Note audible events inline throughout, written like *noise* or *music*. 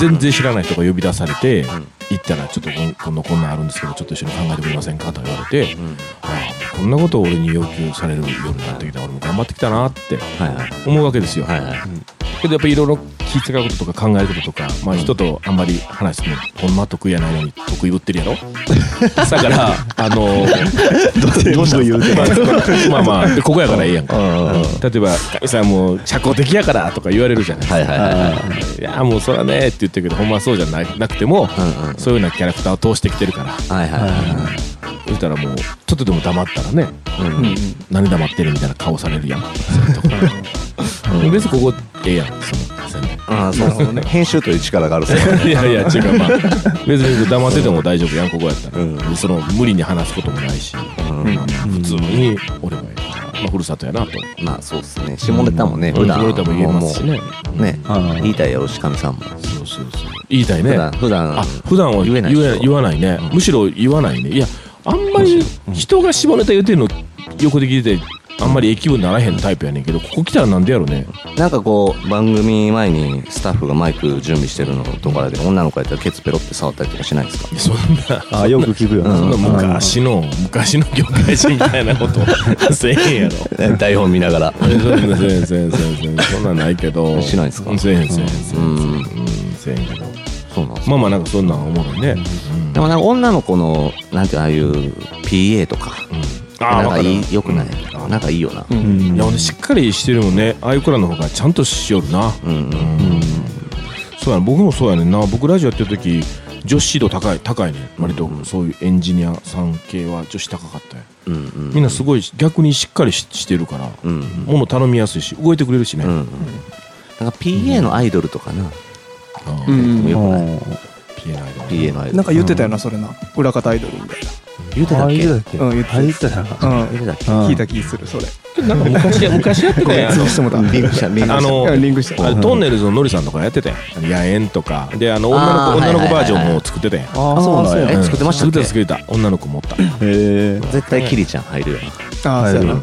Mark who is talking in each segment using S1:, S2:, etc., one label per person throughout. S1: 全然知らない人が呼び出されて、行ったらちょっとこんこんなこんなんあるんですけどちょっと一緒に考えてくれませんかと言われて、ああこんなことを俺に要求されるようになってきた俺も頑張ってきたなって
S2: はいはい
S1: 思うわけですよ、
S2: はいはい
S1: けどやっぱいろいろ気使うこととか考えることとか、まあ、人とあんまり話すのほんま得意やないのに得意ぶってるやろ *laughs* だからあ
S2: *laughs*
S1: の
S2: どうしたんですか
S1: *laughs* まあま
S2: *laughs*
S1: あでここやからええやんか
S2: うんうんうん
S1: 例えば「神さんもう社交的やから」とか言われるじゃないですか
S2: はいはいはいはい
S1: いやもうそらねって言ってるけどほんまはそうじゃななくても、
S2: うんうん
S1: そういうようなキャラクターを通してきてるから
S2: はいはいは
S1: 言ったらもうちょっとでも黙ったらね
S2: いうんうん
S1: 何黙ってるみたいな顔されるやんそういうとこ *laughs* 別にここええやんその
S2: ああそうそうね編集という力があるそうだね
S1: いやいや違うまあ別に黙ってても大丈夫やんここやったら、
S2: うん
S1: その無理に話すこともないし、
S2: うん
S1: 普通に俺はええから、まあ、ふるさとやなと
S2: まあそうですね下ネタもね
S1: 俺
S2: 普段
S1: 俺とも言えますしね
S2: もうね
S3: うん
S2: 言いたいやろしかみさんも
S1: そうそうそう言いたいね
S2: 普段普段
S1: あ普段は言
S2: 言え
S1: え
S2: な
S1: ないい
S2: でしょ
S1: 言わないね、むしろ言わないねいやあんまり人が下ネタ言ってるの横で聞いててあんまりええ気分にならへんタイプやねんけどここ来たらなんでやろね
S2: なんかこう番組前にスタッフがマイク準備してるのとかで女の子やったらケツペロって触ったりとかしないですか
S1: そんな
S3: あよく聞くよ
S1: そんな
S3: ね
S1: 昔の昔の業界人みたいなことせえへんやろ
S2: 台本見ながら
S1: そんなせえへんせえへんせえへんそんなんないけど
S2: しないですか
S1: せえへんせえへんせえへ
S2: うん
S1: う
S2: ん
S1: んせえへんけど
S2: そうなんです
S1: まあまあなんかそんなん思うのね、
S2: でもなんか女の子のなんていうのああいう PA とか
S1: うんあ
S2: なん
S1: わ
S2: かいいよくない
S1: うん
S2: なんかいいよな
S3: うん
S1: いやほんでしっかりしてるもんねああいう子らの方がちゃんとしよるな
S2: うんうん
S1: そうやね僕もそうやねんな僕ラジオやってる時女子度高い高いね割とそういうエンジニアさん系は女子高かったよ
S2: うんうん
S1: みんなすごい逆にしっかりししてるから、
S2: うん
S1: 物頼みやすいし動いてくれるしね、
S2: うんうんなんか PA のアイドルとかな
S1: ああ
S3: うん
S2: よくない
S1: ピエナイド
S2: PA のアイドル
S4: なんか言ってたよな、それな。裏方アイドルみたい
S2: 言うてたっけ
S3: だっけ
S4: うん言ってた
S3: 入ってたな
S4: な。うん。
S2: 言うてたっけ
S3: うん
S4: 聞いた気する、それ。
S1: なんか昔昔やってたや
S2: *laughs*
S4: そうしてもた。
S2: リンクしたリンクした
S1: あの
S4: うんリンクした。
S1: あれトンネルズのノリさんとかやってたやん野縁とかであの女の
S2: あ
S1: 子
S2: ー
S1: 女の子バージ
S2: はいはい
S1: ョ
S2: はいはい
S1: ンも作ってたやん
S3: あそうなんや
S2: え作ってましたっけ
S1: 作ってた作ってた女の子持った
S3: へえ
S2: 絶対キリちゃん入るよ
S4: ああ、そうやな。
S2: な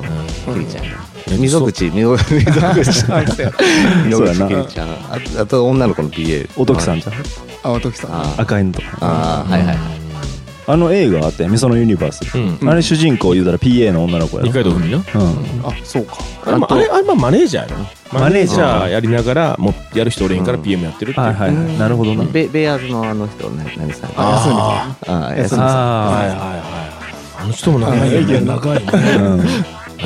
S2: キリちゃん
S1: え
S2: 溝口溝口溝口
S4: *laughs* あそうや
S2: 溝
S3: そうや
S2: 口
S3: な
S2: キリちゃんああと女の子の PA
S3: おときさんじゃん
S4: あ、おときさん。
S2: あー
S3: 赤いのとか
S2: あーはいはい
S3: あの映画あったやん「みそのユニバース」
S1: うん
S3: あれ主人公言うたら PA の女の子や
S1: 二階
S3: ろ
S1: 堂ふみな
S3: うん
S4: あ、そうか。
S1: あれもあれあれもマネージャーやろ
S3: マ
S1: マ
S3: ネ
S1: ネ
S3: ー
S1: ー
S3: ジャ
S1: ジ
S3: ー
S1: ャーやりながらもやる人おれへんから PM やってるっていう、
S3: はいはいはいなるほどな
S2: ベベアーズのあの人ね何さん
S1: あ
S2: ああ安さん
S1: はいはい
S3: あ
S1: はいはいあの人も長いよね長い
S3: あ
S1: ね
S3: うん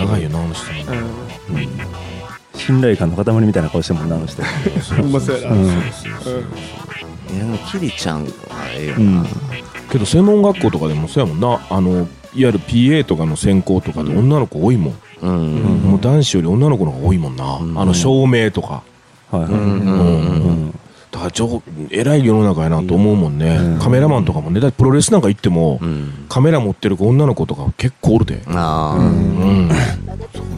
S1: 長いよなあの人も
S4: う
S1: ね
S4: ん。
S3: 信頼感の塊みたいな顔してるもんなあの人
S4: ほんまそうや
S3: う
S4: な。
S3: ん
S2: いやでもキリちゃんはええよ
S3: うん
S2: な
S1: けど専門学校とかでもそうやもんなあのいわゆる PA とかの専攻とかで女の子多いもん、
S2: うん
S1: もう男子より女の子の方が多いもんな、
S2: ん
S1: あの照明とか
S3: はいはい
S2: うん
S3: うん
S1: だからちょ偉い世の中やなと思うもんね、
S3: うん
S1: カメラマンとかもねだってプロレスなんか行っても、
S2: うん
S1: カメラ持ってる子女の子とか結構おるで
S2: あ
S1: う
S2: ー
S1: ん、
S2: な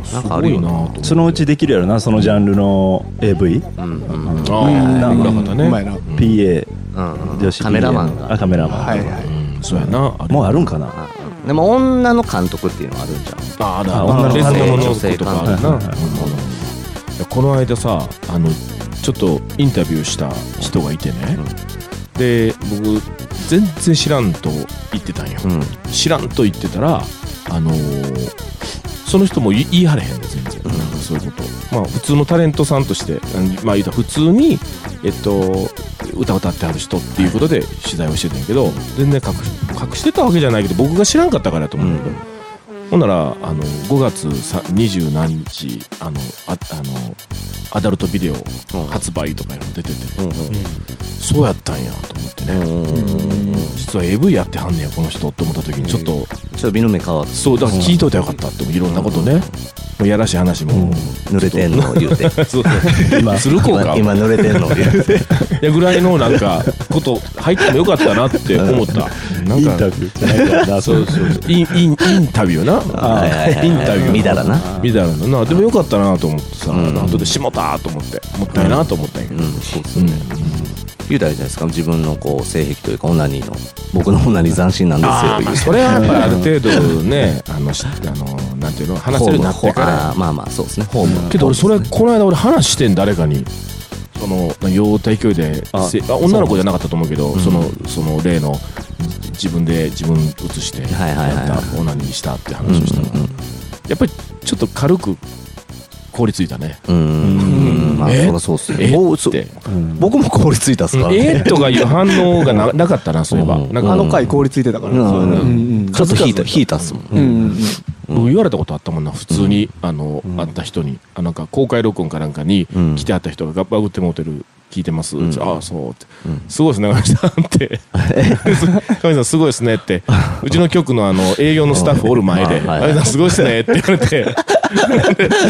S1: す
S2: んかあ
S1: ご
S2: る
S1: い
S2: よ
S1: よ
S2: な
S1: なと思って
S3: そのうちできるやろなそのジャンルの AV
S2: うんうん
S1: ああ
S3: う
S1: ー
S3: ん
S1: 裏方
S4: うまい
S1: ね
S4: な。
S3: PA
S2: うん
S3: 女子 PA
S2: カメラマンが
S3: あカメラマン
S4: はいはい。
S1: うんそうやなあれ
S3: もうあるんかな
S2: あでも女の監督っていうのはあるんじゃん
S1: ああだ
S3: あ
S1: 女の
S3: 女の子
S1: 子の子とかあるな
S3: 女性関
S1: いやこの間さあのちょっとインタビューした人がいてね、で僕全然知らんと言ってたんよ、
S2: うん
S1: 知らんと言ってたらあのーその人も言い言い張れへんの全然なんかそういうことまあ普通のタレントさんとしてうんまあ言うたら普通にえっと歌歌ってはる人っていうことで取材をしてたんやけど全然隠し隠してたわけじゃないけど僕が知らんかったからやと思うんだけど、ほんならあの5月さ20何日あのああのアダルトビデオ発売とかいうの出てて、そうやったんやと思ってね、実は AV やってはんねやこの人って思った時にちょっと、
S2: ちょっと見の目変わって
S1: そうだから聞いといたらよかったっていろんなことね、もうやらしい話も、 *laughs*
S2: 濡れてんの言うて
S1: そうそう
S3: 今
S1: する効
S2: *laughs* 今
S1: 果
S2: 今濡れてんの言うて
S1: いやぐらいのなんかこと入ってもよかったなって思ったな
S3: イ
S1: ん
S3: ンタ
S1: か
S3: ビューじゃないからな
S1: そうそうそうインインインタビューな
S2: はいはいはい
S1: インタビュー
S2: 見たらな
S1: みたいななでもよかったなと思ってさ、
S2: うん
S1: 後でしもたと思ってもったいなと思ったんやけ
S2: う
S1: ど、
S2: んそうっすね
S1: うん
S2: 言うたらいいじゃないですか自分のこう性癖というかオナニーの僕のオナニー斬新なん
S1: あーまあ
S2: です
S1: そ
S2: よ
S1: れはやっぱある程度ね、あの、しあの、なんていうの、話せるようになってから。
S2: あーまあまあそうですねホーム
S1: けど俺それ、
S2: ホームですね
S1: この間俺話してん、誰かに。その、幼体教育で、
S3: あ
S1: せあ女の子じゃなかったと思うけど、
S2: ん
S1: その、その例の、じ自分で自分移して、
S2: はいはいはい
S1: やったオナニーしたって話をしたら、やっぱりちょっと軽く凍りついたね。
S2: うんうんうんうんまあ
S1: え
S2: そりゃそうっす
S1: え
S2: ねおう
S1: っ
S2: そ
S1: て。
S3: うん
S2: 僕も凍りついたっすから
S1: え
S2: ね
S1: ーとかいう反応が
S2: *laughs*
S1: ななかったな、そういえば。
S2: うん
S1: なん
S4: あ
S1: か、
S4: の回凍りついてたから。
S2: うん
S4: そう
S2: う
S4: ね
S2: ん
S4: うん
S2: ちょっと引いた引いたっすもん
S4: うんうんうん
S1: 僕言われたことあったもんな、普通に、あの、会った人に、あなんか公開録音かなんかに
S2: うん
S1: 来てあった人がガッバグってモテる。聞いてます、
S2: ん
S1: ああそうって、
S2: うん
S1: すごいですね上さん
S2: *laughs*
S1: って上さんすごいですねってうちの局のあの営業のスタッフおる前で
S2: う
S1: 上
S2: んはいはい
S1: さんすごいですねって言われ
S2: *laughs*
S1: て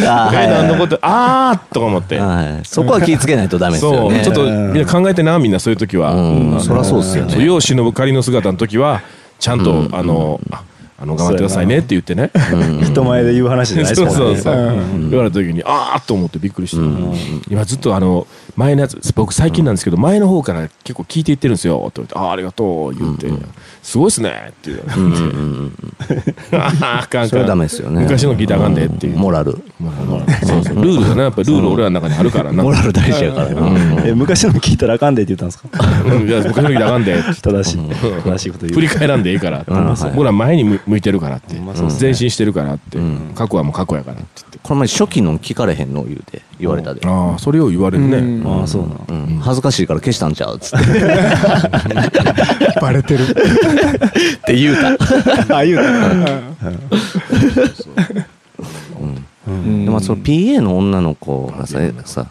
S2: あーはい
S1: 上
S2: は
S1: さ
S2: い
S1: んのことあーっとか思って
S2: はいそこは気ぃつけないとダメです
S1: そ
S2: よ
S1: う、
S2: ね
S1: ちょっとみんな考えてなみんなそういう時は、
S2: うん
S1: あの
S2: そりゃそうっすよね
S1: そう世を忍ぶ仮の姿の時はちゃんと、あのああの頑張ってくださいねって言ってね、
S3: *laughs* 人前で言う話じゃないです
S1: そう
S3: もんね
S1: そうそう、
S3: ん
S1: 言われた時にああと思ってびっくりした、今ずっとあの前のやつ僕最近なんですけど前の方から結構聞いていってるんですよって言って「ああありがとう」言って、すごいっすね」って *laughs* 言う
S2: うんうんうん
S1: あーあかんあ
S2: そ
S1: かん
S2: れはダメですよね
S1: 昔の聞いたらあかんでっていう、
S2: モラル
S1: まあまあそうそうルールだなやっぱルール俺らの中にあるからな
S2: モラル大事やからな
S3: え昔の聞いたらあかんでって言ったんですか
S1: うんいや昔の聞いたらあかんでって
S3: 正しい正しいこと言う
S1: 振り返らんでいいからって、
S2: うんはい
S1: 僕ら前に向向いてるからって、
S3: まあそうっす
S1: 前進してるからって、
S2: うん
S1: 過去はもう過去やからって言って、
S2: この前初期の聞かれへんの言うて言われたで
S1: ああそれを言われるね、
S4: うん
S3: ああそう *laughs* な
S2: うん恥ずかしいから消したんちゃうっつって
S4: バレてる。
S2: って言うた
S4: ああいうの。うん
S2: でまあ、その PA の女の子がささ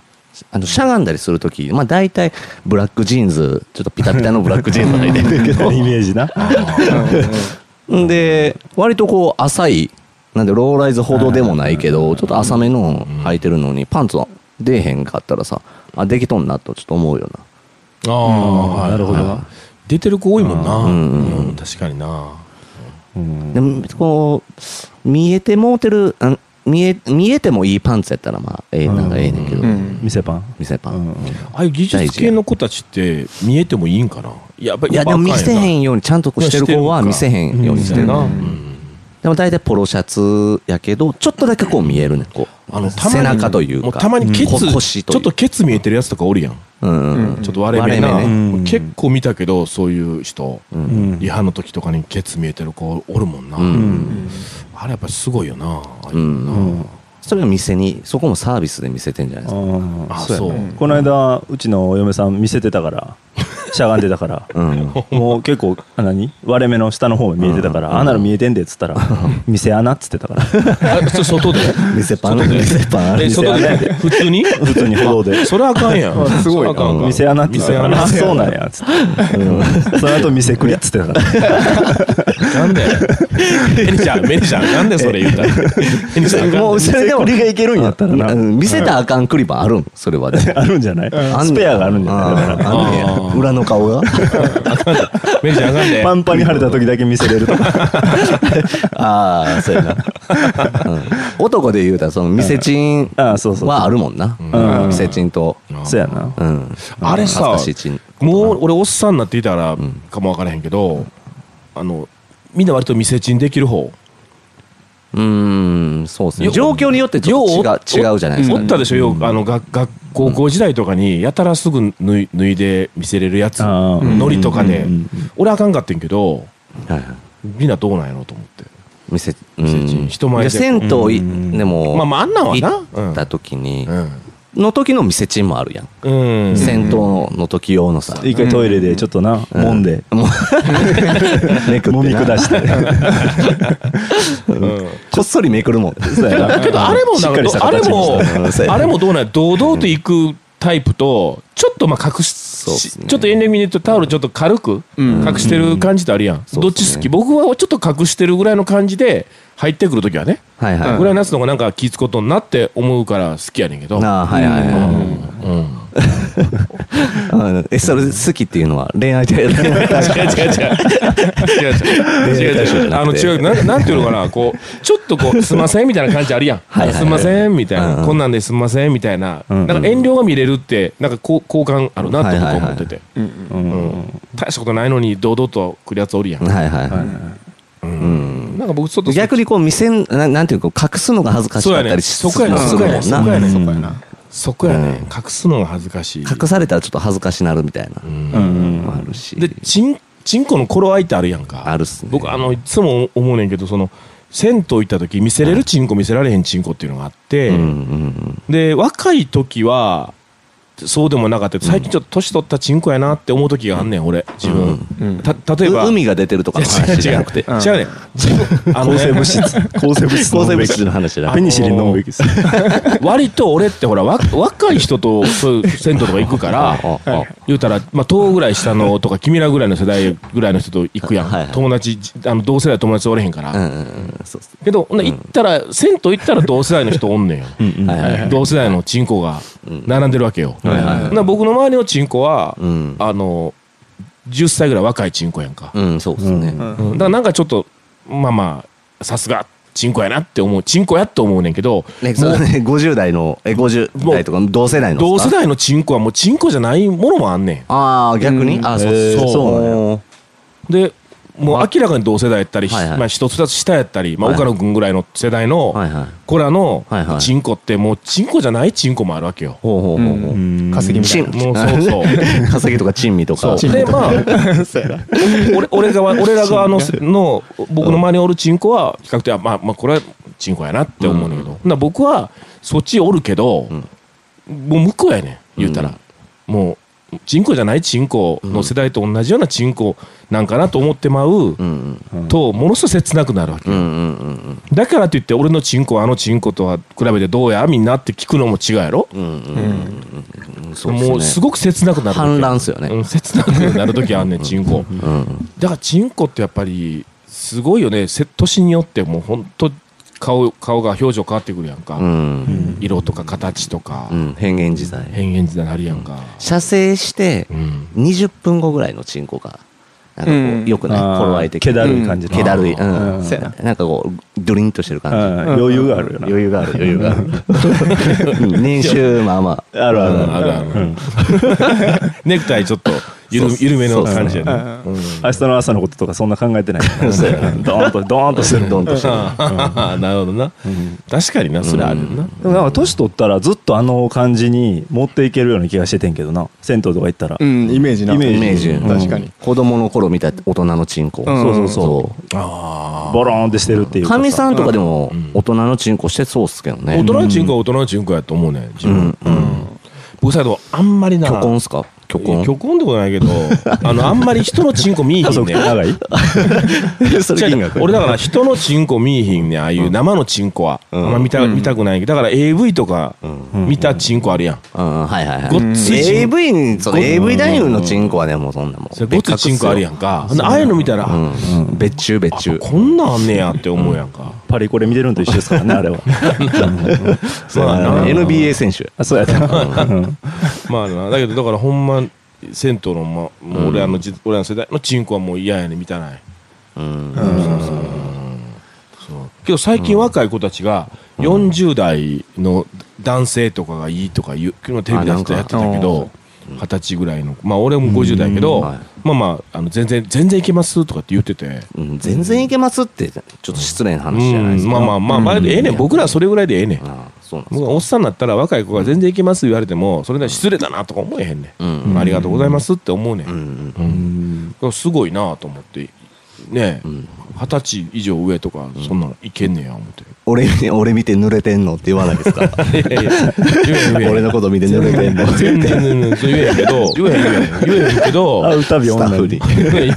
S2: あのしゃがんだりするとき、まあ、大体ブラックジーンズちょっとピタピタのブラックジーンズ履いてるけ
S3: イメージな
S2: どんで割とこう浅いなんでローライズほどでもないけどちょっと浅めの履いてるのにパンツは出えへんかったらさあできとんなとちょっと思うよな
S1: ああ、
S3: うんなるほど
S1: はい出てる子多いもんな、う
S2: う
S1: んん
S2: うんうん
S1: 確かにな
S3: うん
S2: でもこう見えてもうてるあ見え見えてもいいパンツやったらまあええなんかええねんけど、
S4: うん
S3: 店パン
S2: 店パン、
S3: うん
S1: ああいう技術系の子たちって見えてもいいんかなやっぱ
S2: いやでも見せへん
S1: よ
S2: ようにちゃんとこうしてる子は見せへんようにしてる
S1: な、
S4: うん
S1: うん
S2: でも大体ポロシャツやけど、ちょっとだけこう見えるね。こう、
S1: あのたま
S2: 背
S1: に
S2: 中という
S1: もう
S2: か。
S1: たまにケツ、
S2: こ
S1: ち
S2: 腰とい
S1: ょ
S2: う
S1: っとケツ見えてるやつとかおるやん、
S2: うんうん
S4: うん
S1: ちょっと割れ目な、
S2: 割れ
S3: 目ね
S1: 結構見たけどそういう人、
S2: うん。
S1: リハの時とかにケツ見えてる子おるもんな、
S2: うん。。
S1: あれやっぱすごいよなああいううの
S3: うんん
S2: それが店に、そこもサービスで見せてんじゃないですか。
S3: あ
S1: あ
S3: あ
S1: そう
S3: そうやなこの間うちのお嫁さん見せてたからしゃがんでたから
S2: うん。
S3: もう結構あ何割れ目の下の方が見えてたから穴の見えてんでっつったら店穴っつってたから
S1: あそれ外
S2: *laughs*
S1: で
S2: 店パン店パン
S1: え外で普通に
S3: 普通に歩道で
S1: それあかんやん
S4: あす
S1: そ
S4: ごいな
S1: れあかんあかん
S3: 店穴って言ってたからあ
S1: 店穴
S3: そうなんやっつってうんその後店くりっつってたか
S1: な
S3: ら
S1: んでメニちゃん、メニちゃん、なんでそれ言うたら。メニちゃんあかんで、
S2: もうそれでも
S3: 店くりがいけるんやったらな
S2: うん見せたらあかんクリバーあるんそれはでも
S3: *laughs* あるんじゃない
S2: あんねん
S3: スペアがあるんじゃないだ
S2: あ
S3: から
S2: ーあんねや
S1: あー
S2: 裏の顔が
S1: メニちゃん、あかんで。
S3: パンパンに腫れた時だけ見せれるとか
S2: *laughs* ああそうやな、うん男で言うたらその店チン
S3: *laughs* あーそうそう
S2: はあるもんな
S3: うん
S2: 店チンと
S3: そうやな
S2: うん
S1: あれさ
S2: 恥ずかしいチン、
S1: もう俺、おっさんになっていたらかもわからへんけど、あの、みんな割と店賃できる方。
S2: うーん、そうですね。
S1: よ
S2: 状況によってちょっと違う違うじゃないですか、
S1: おったでしょ、ようあの、が学高校時代とかに、やたらすぐ脱い脱いで見せれるやつ、
S3: あーうん
S1: ノリとかで
S3: うんうんうん。
S1: 俺、あかんかってんけど、
S2: はいはい。
S1: みんなどうなんやろうと思って。
S2: 店、
S1: 店賃人前で
S2: で。銭湯い、でも、
S1: まあまああんなんはな
S2: 行った時に、
S1: うん
S2: の時の店賃もあるやん。
S1: うん。
S2: 銭湯の時用のさ。
S3: 一回トイレでちょっとな揉んで *laughs*
S2: もうめくってな
S3: 揉み下 *laughs* して
S1: うん
S2: こっそりめくるもん。
S3: そうやな
S1: けどあれも
S3: し
S1: なん
S3: っか
S1: か
S3: りした
S1: あれ
S3: 形に
S1: も
S3: した
S1: あれもどうなんや堂々と行くタイプとちょっとまあ隠
S2: うっ
S1: し
S2: すね
S1: ちょっと遠慮見るとタオルちょっと軽く
S4: うん
S1: 隠してる感じってあるやん
S2: うっすね
S1: どっち好き僕はちょっと隠してるぐらいの感じで入ってくるときはね
S2: はいはい。
S1: ぐらいのやつの方がなんか気ぃつくことになって思うから好きやねんけど
S2: なあ、はいはいはい。
S1: うん
S2: うんエッサル好きっていうのは恋愛で恋愛対象
S1: 違う違う違う違う違う違う *laughs* 違うあの違うななんていうのかなこうちょっとこうすんませんみたいな感じあるやん
S2: はいはいはい
S1: すんませんみたい
S2: うんう
S1: なんこんなんですんませんみたいな
S3: うんう
S1: なん
S3: ん
S1: か遠慮が見れるってなんかこう好感あるなって僕は思ってて
S4: うん
S3: う
S1: う
S3: ん
S1: ん大したことないのに堂々と来るやつおるやん
S2: *laughs* はいはい
S3: は
S2: はいい
S1: うんなんか僕ちょっと
S2: 逆にこう見せんななんていうか隠すのが恥ずかしかったりし
S1: そうやね
S2: するもん
S1: そこ
S2: な
S1: やね
S4: そこやな。
S1: そこやね隠すのが恥ずかしい
S2: 隠されたらちょっと恥ずかしなるみたいな
S1: うん
S3: うん
S2: もあるし
S1: でちんちんこの頃合いってあるやんか
S2: あるっすね
S1: 僕あのいつも思うねんけどその銭湯行った時見せれるチンコ見せられへんチンコっていうのがあって、
S2: うんうん
S1: で若い時はそうでもなかったけど最近ちょっと年取ったチンコやなって思う時があんねん俺自分、
S4: うん
S1: た
S2: う
S1: 例え
S2: ん
S1: ば
S2: う海が出てるとかの
S1: 違う違う
S2: 話じゃなくて
S1: 違うねん自分あの
S3: 抗生
S1: ね
S3: 物質抗生物質
S2: 構成物質の話だ
S1: あ
S3: *laughs* ペニシリン飲むべきです
S1: 割と俺ってほらわ若い人とそういう銭湯とか行くから
S2: *laughs* あああ
S1: 言うたら、まあ、東ぐらい下のとか君らぐらいの世代ぐらいの人と行くやん、
S2: はいはい
S1: 友達あの同世代友達おれへんから、
S2: うんうんうんそうっす
S1: けど、ほんなら行ったら、銭湯行ったら同世代の人おんねんよ。
S2: ねはいはい
S1: 同世代のチンコが並んでるわけよ。ほん
S2: はいはいはい
S1: なら僕の周りのチンコは、
S2: うん
S1: あの、10歳ぐらい若いチンコやんか。
S2: うんそうですね
S4: うん
S1: うんだからなんかちょっと、まあまあ、さすが、チンコやなって思う、チンコやって思うねんけど、
S2: ね
S1: も
S2: そううね50代のえ50代とか同世代の
S1: 同
S2: っす
S1: 世
S2: か
S1: 代のチンコはもうチンコじゃないものもあんね
S2: ああ逆に
S4: うん
S2: ああそう
S1: へー
S2: そうなんや
S1: ん。で、もう明らかに同世代やったり、
S2: はいはい
S1: まあ一つ二つ下やったり、まあ
S2: はい
S1: 岡野君ぐらいの世代の、
S2: はいはい
S1: 子らの
S2: はいはい
S1: チンコってもうチンコじゃないチンコもあるわけよ。
S2: ほうほうほうほう
S4: 化石みた
S2: チ
S4: い
S2: ン
S4: な。
S1: もうそうそう
S2: *laughs* 稼ぎとか珍味とか
S1: そうでまあ
S2: *laughs*
S1: 俺俺側俺ら側のの僕の周りにおるチンコは比較的あまあまあこれはチンコやなって思うんだけど、ほんなら僕はそっちおるけど、もう向こうやねん言うたら、もうチンコじゃないチンコの世代と同じようなチンコなんかなと思ってまう
S2: うん
S1: とものすごい切なくなるわけ
S2: うんうんうんうん
S1: だからといって俺のチンコはあのチンコとは比べてどうやみんなって聞くのも違うやろ、
S2: うんうんうんうんそうっすね
S1: もうすごく切なくなる時
S2: 反乱っすよね
S1: うん、切なくなる時あんねんチンコ
S2: うん
S1: だからチンコってやっぱりすごいよねせ年によってもうほんと顔顔が表情変わってくるやんか、
S2: うん
S1: 色とか形とか、
S2: うん変幻自在
S1: 変幻自在になるやんか、
S2: 射精して
S1: うん
S2: 20分後ぐらいのチンコがなんかこ
S4: うん
S2: うよくない
S3: あー
S2: 頃合い的に
S3: 気だるい感じの
S2: 気だるいうん
S3: うん
S2: そうやななんかこうドゥリンとしてる
S3: うん
S2: 感
S3: 余裕があるよ
S2: じ
S3: な
S2: 余裕がある余裕があるうん *laughs* 年収まあまあ
S3: あるある
S1: あるある
S3: うん
S1: *laughs* ネクタイちょっと緩
S2: そう
S1: 緩めの感じやね
S4: そうそう
S1: うん
S3: 明日の朝のこととかそんな考えてないから
S2: そうやな
S3: ドーンとドーンとしてる
S2: ドンとしてる
S1: あ *laughs* あなるほどな、確かになそれあるよな、
S3: でもなんか年取ったらずっとあの感じに持っていけるような気がしててんけどな銭湯とか行ったら、
S4: うん、イメージな。
S3: イメ
S2: イメージ
S3: うん
S4: 確かに。
S2: 子供の頃見た大人のチンコ
S4: うん
S3: そうそうそ
S1: ああ
S3: うボローンってしてるっていう
S2: かみさ
S3: ん
S2: んとかでも
S1: うん
S2: 大人のチンコしてそうっすけどね
S1: 大人のチンコは大人のチンコやと思うね自分、
S2: うんうん
S1: 僕さあんまりな
S2: 虚婚っすか虚
S1: いや
S2: 婚
S1: 虚婚でもないけどあのあんまり人のチンコ見え
S3: 家
S1: ひん
S3: 族
S1: ねん
S2: *laughs*
S3: 長い
S2: そ
S1: 違う違う俺だから人のチンコ見えひんねんああいう生のチンコは、
S2: うん
S1: あんま見た,、見たくないだから AV とか
S2: うん
S1: 見たチンコあるやん、
S2: うんはいはいはい
S1: ごっついチンコ
S2: AV にその AV 男優のチンコはねもうそんなもん
S1: それごっついチンコあるやんかああいうの見たら、
S2: う
S1: あ
S2: ん別注別注
S1: こんなんあんねやって思うやんか、
S3: パリコレ見てるのと一緒ですからね
S2: *laughs*
S3: あれは
S2: そうや
S1: まあ
S2: な
S1: な
S2: NBA 選手
S3: あそうやった、うん
S1: まあなだけどだからほんま銭湯の、ま、もう俺らのじ、俺らの世代のチンコはもう嫌やねん見たない
S2: うん
S1: けど最近若い子たちが40代の男性とかがいいとか言う昨日テレビでやってた
S2: あ
S1: やっ
S2: なん
S1: て
S2: か
S1: たけど二十歳ぐらいのまあ俺も50代やけど、
S2: うんはい
S1: まあまああの全然全然いけますとかって言ってて。
S2: うん全然いけますってちょっと失礼な
S1: う
S2: 話じゃないです
S1: ん、ま
S2: か
S1: あまあまあ、まあ、ええねん僕らはそれぐらいでええねん
S2: あそうなんです
S1: 僕はおっさんになったら若い子が全然いけます言われてもそれで失礼だなとか思えへんねん、
S2: うん
S1: ありがとうございますって思うねん、
S2: うんうん
S1: うんすごいなと思ってねえ二十歳以上上とかそんなのいけんねや思って、
S2: *laughs* 俺見て俺見て濡れてんのって言わないです
S1: *laughs*
S2: か
S1: いやいや言えへん
S2: 俺のこと見て濡れてんの
S1: 全然全然そう言えへんけど *laughs* 言えへん言えへん言えへんけど
S3: あ歌び女に
S1: 言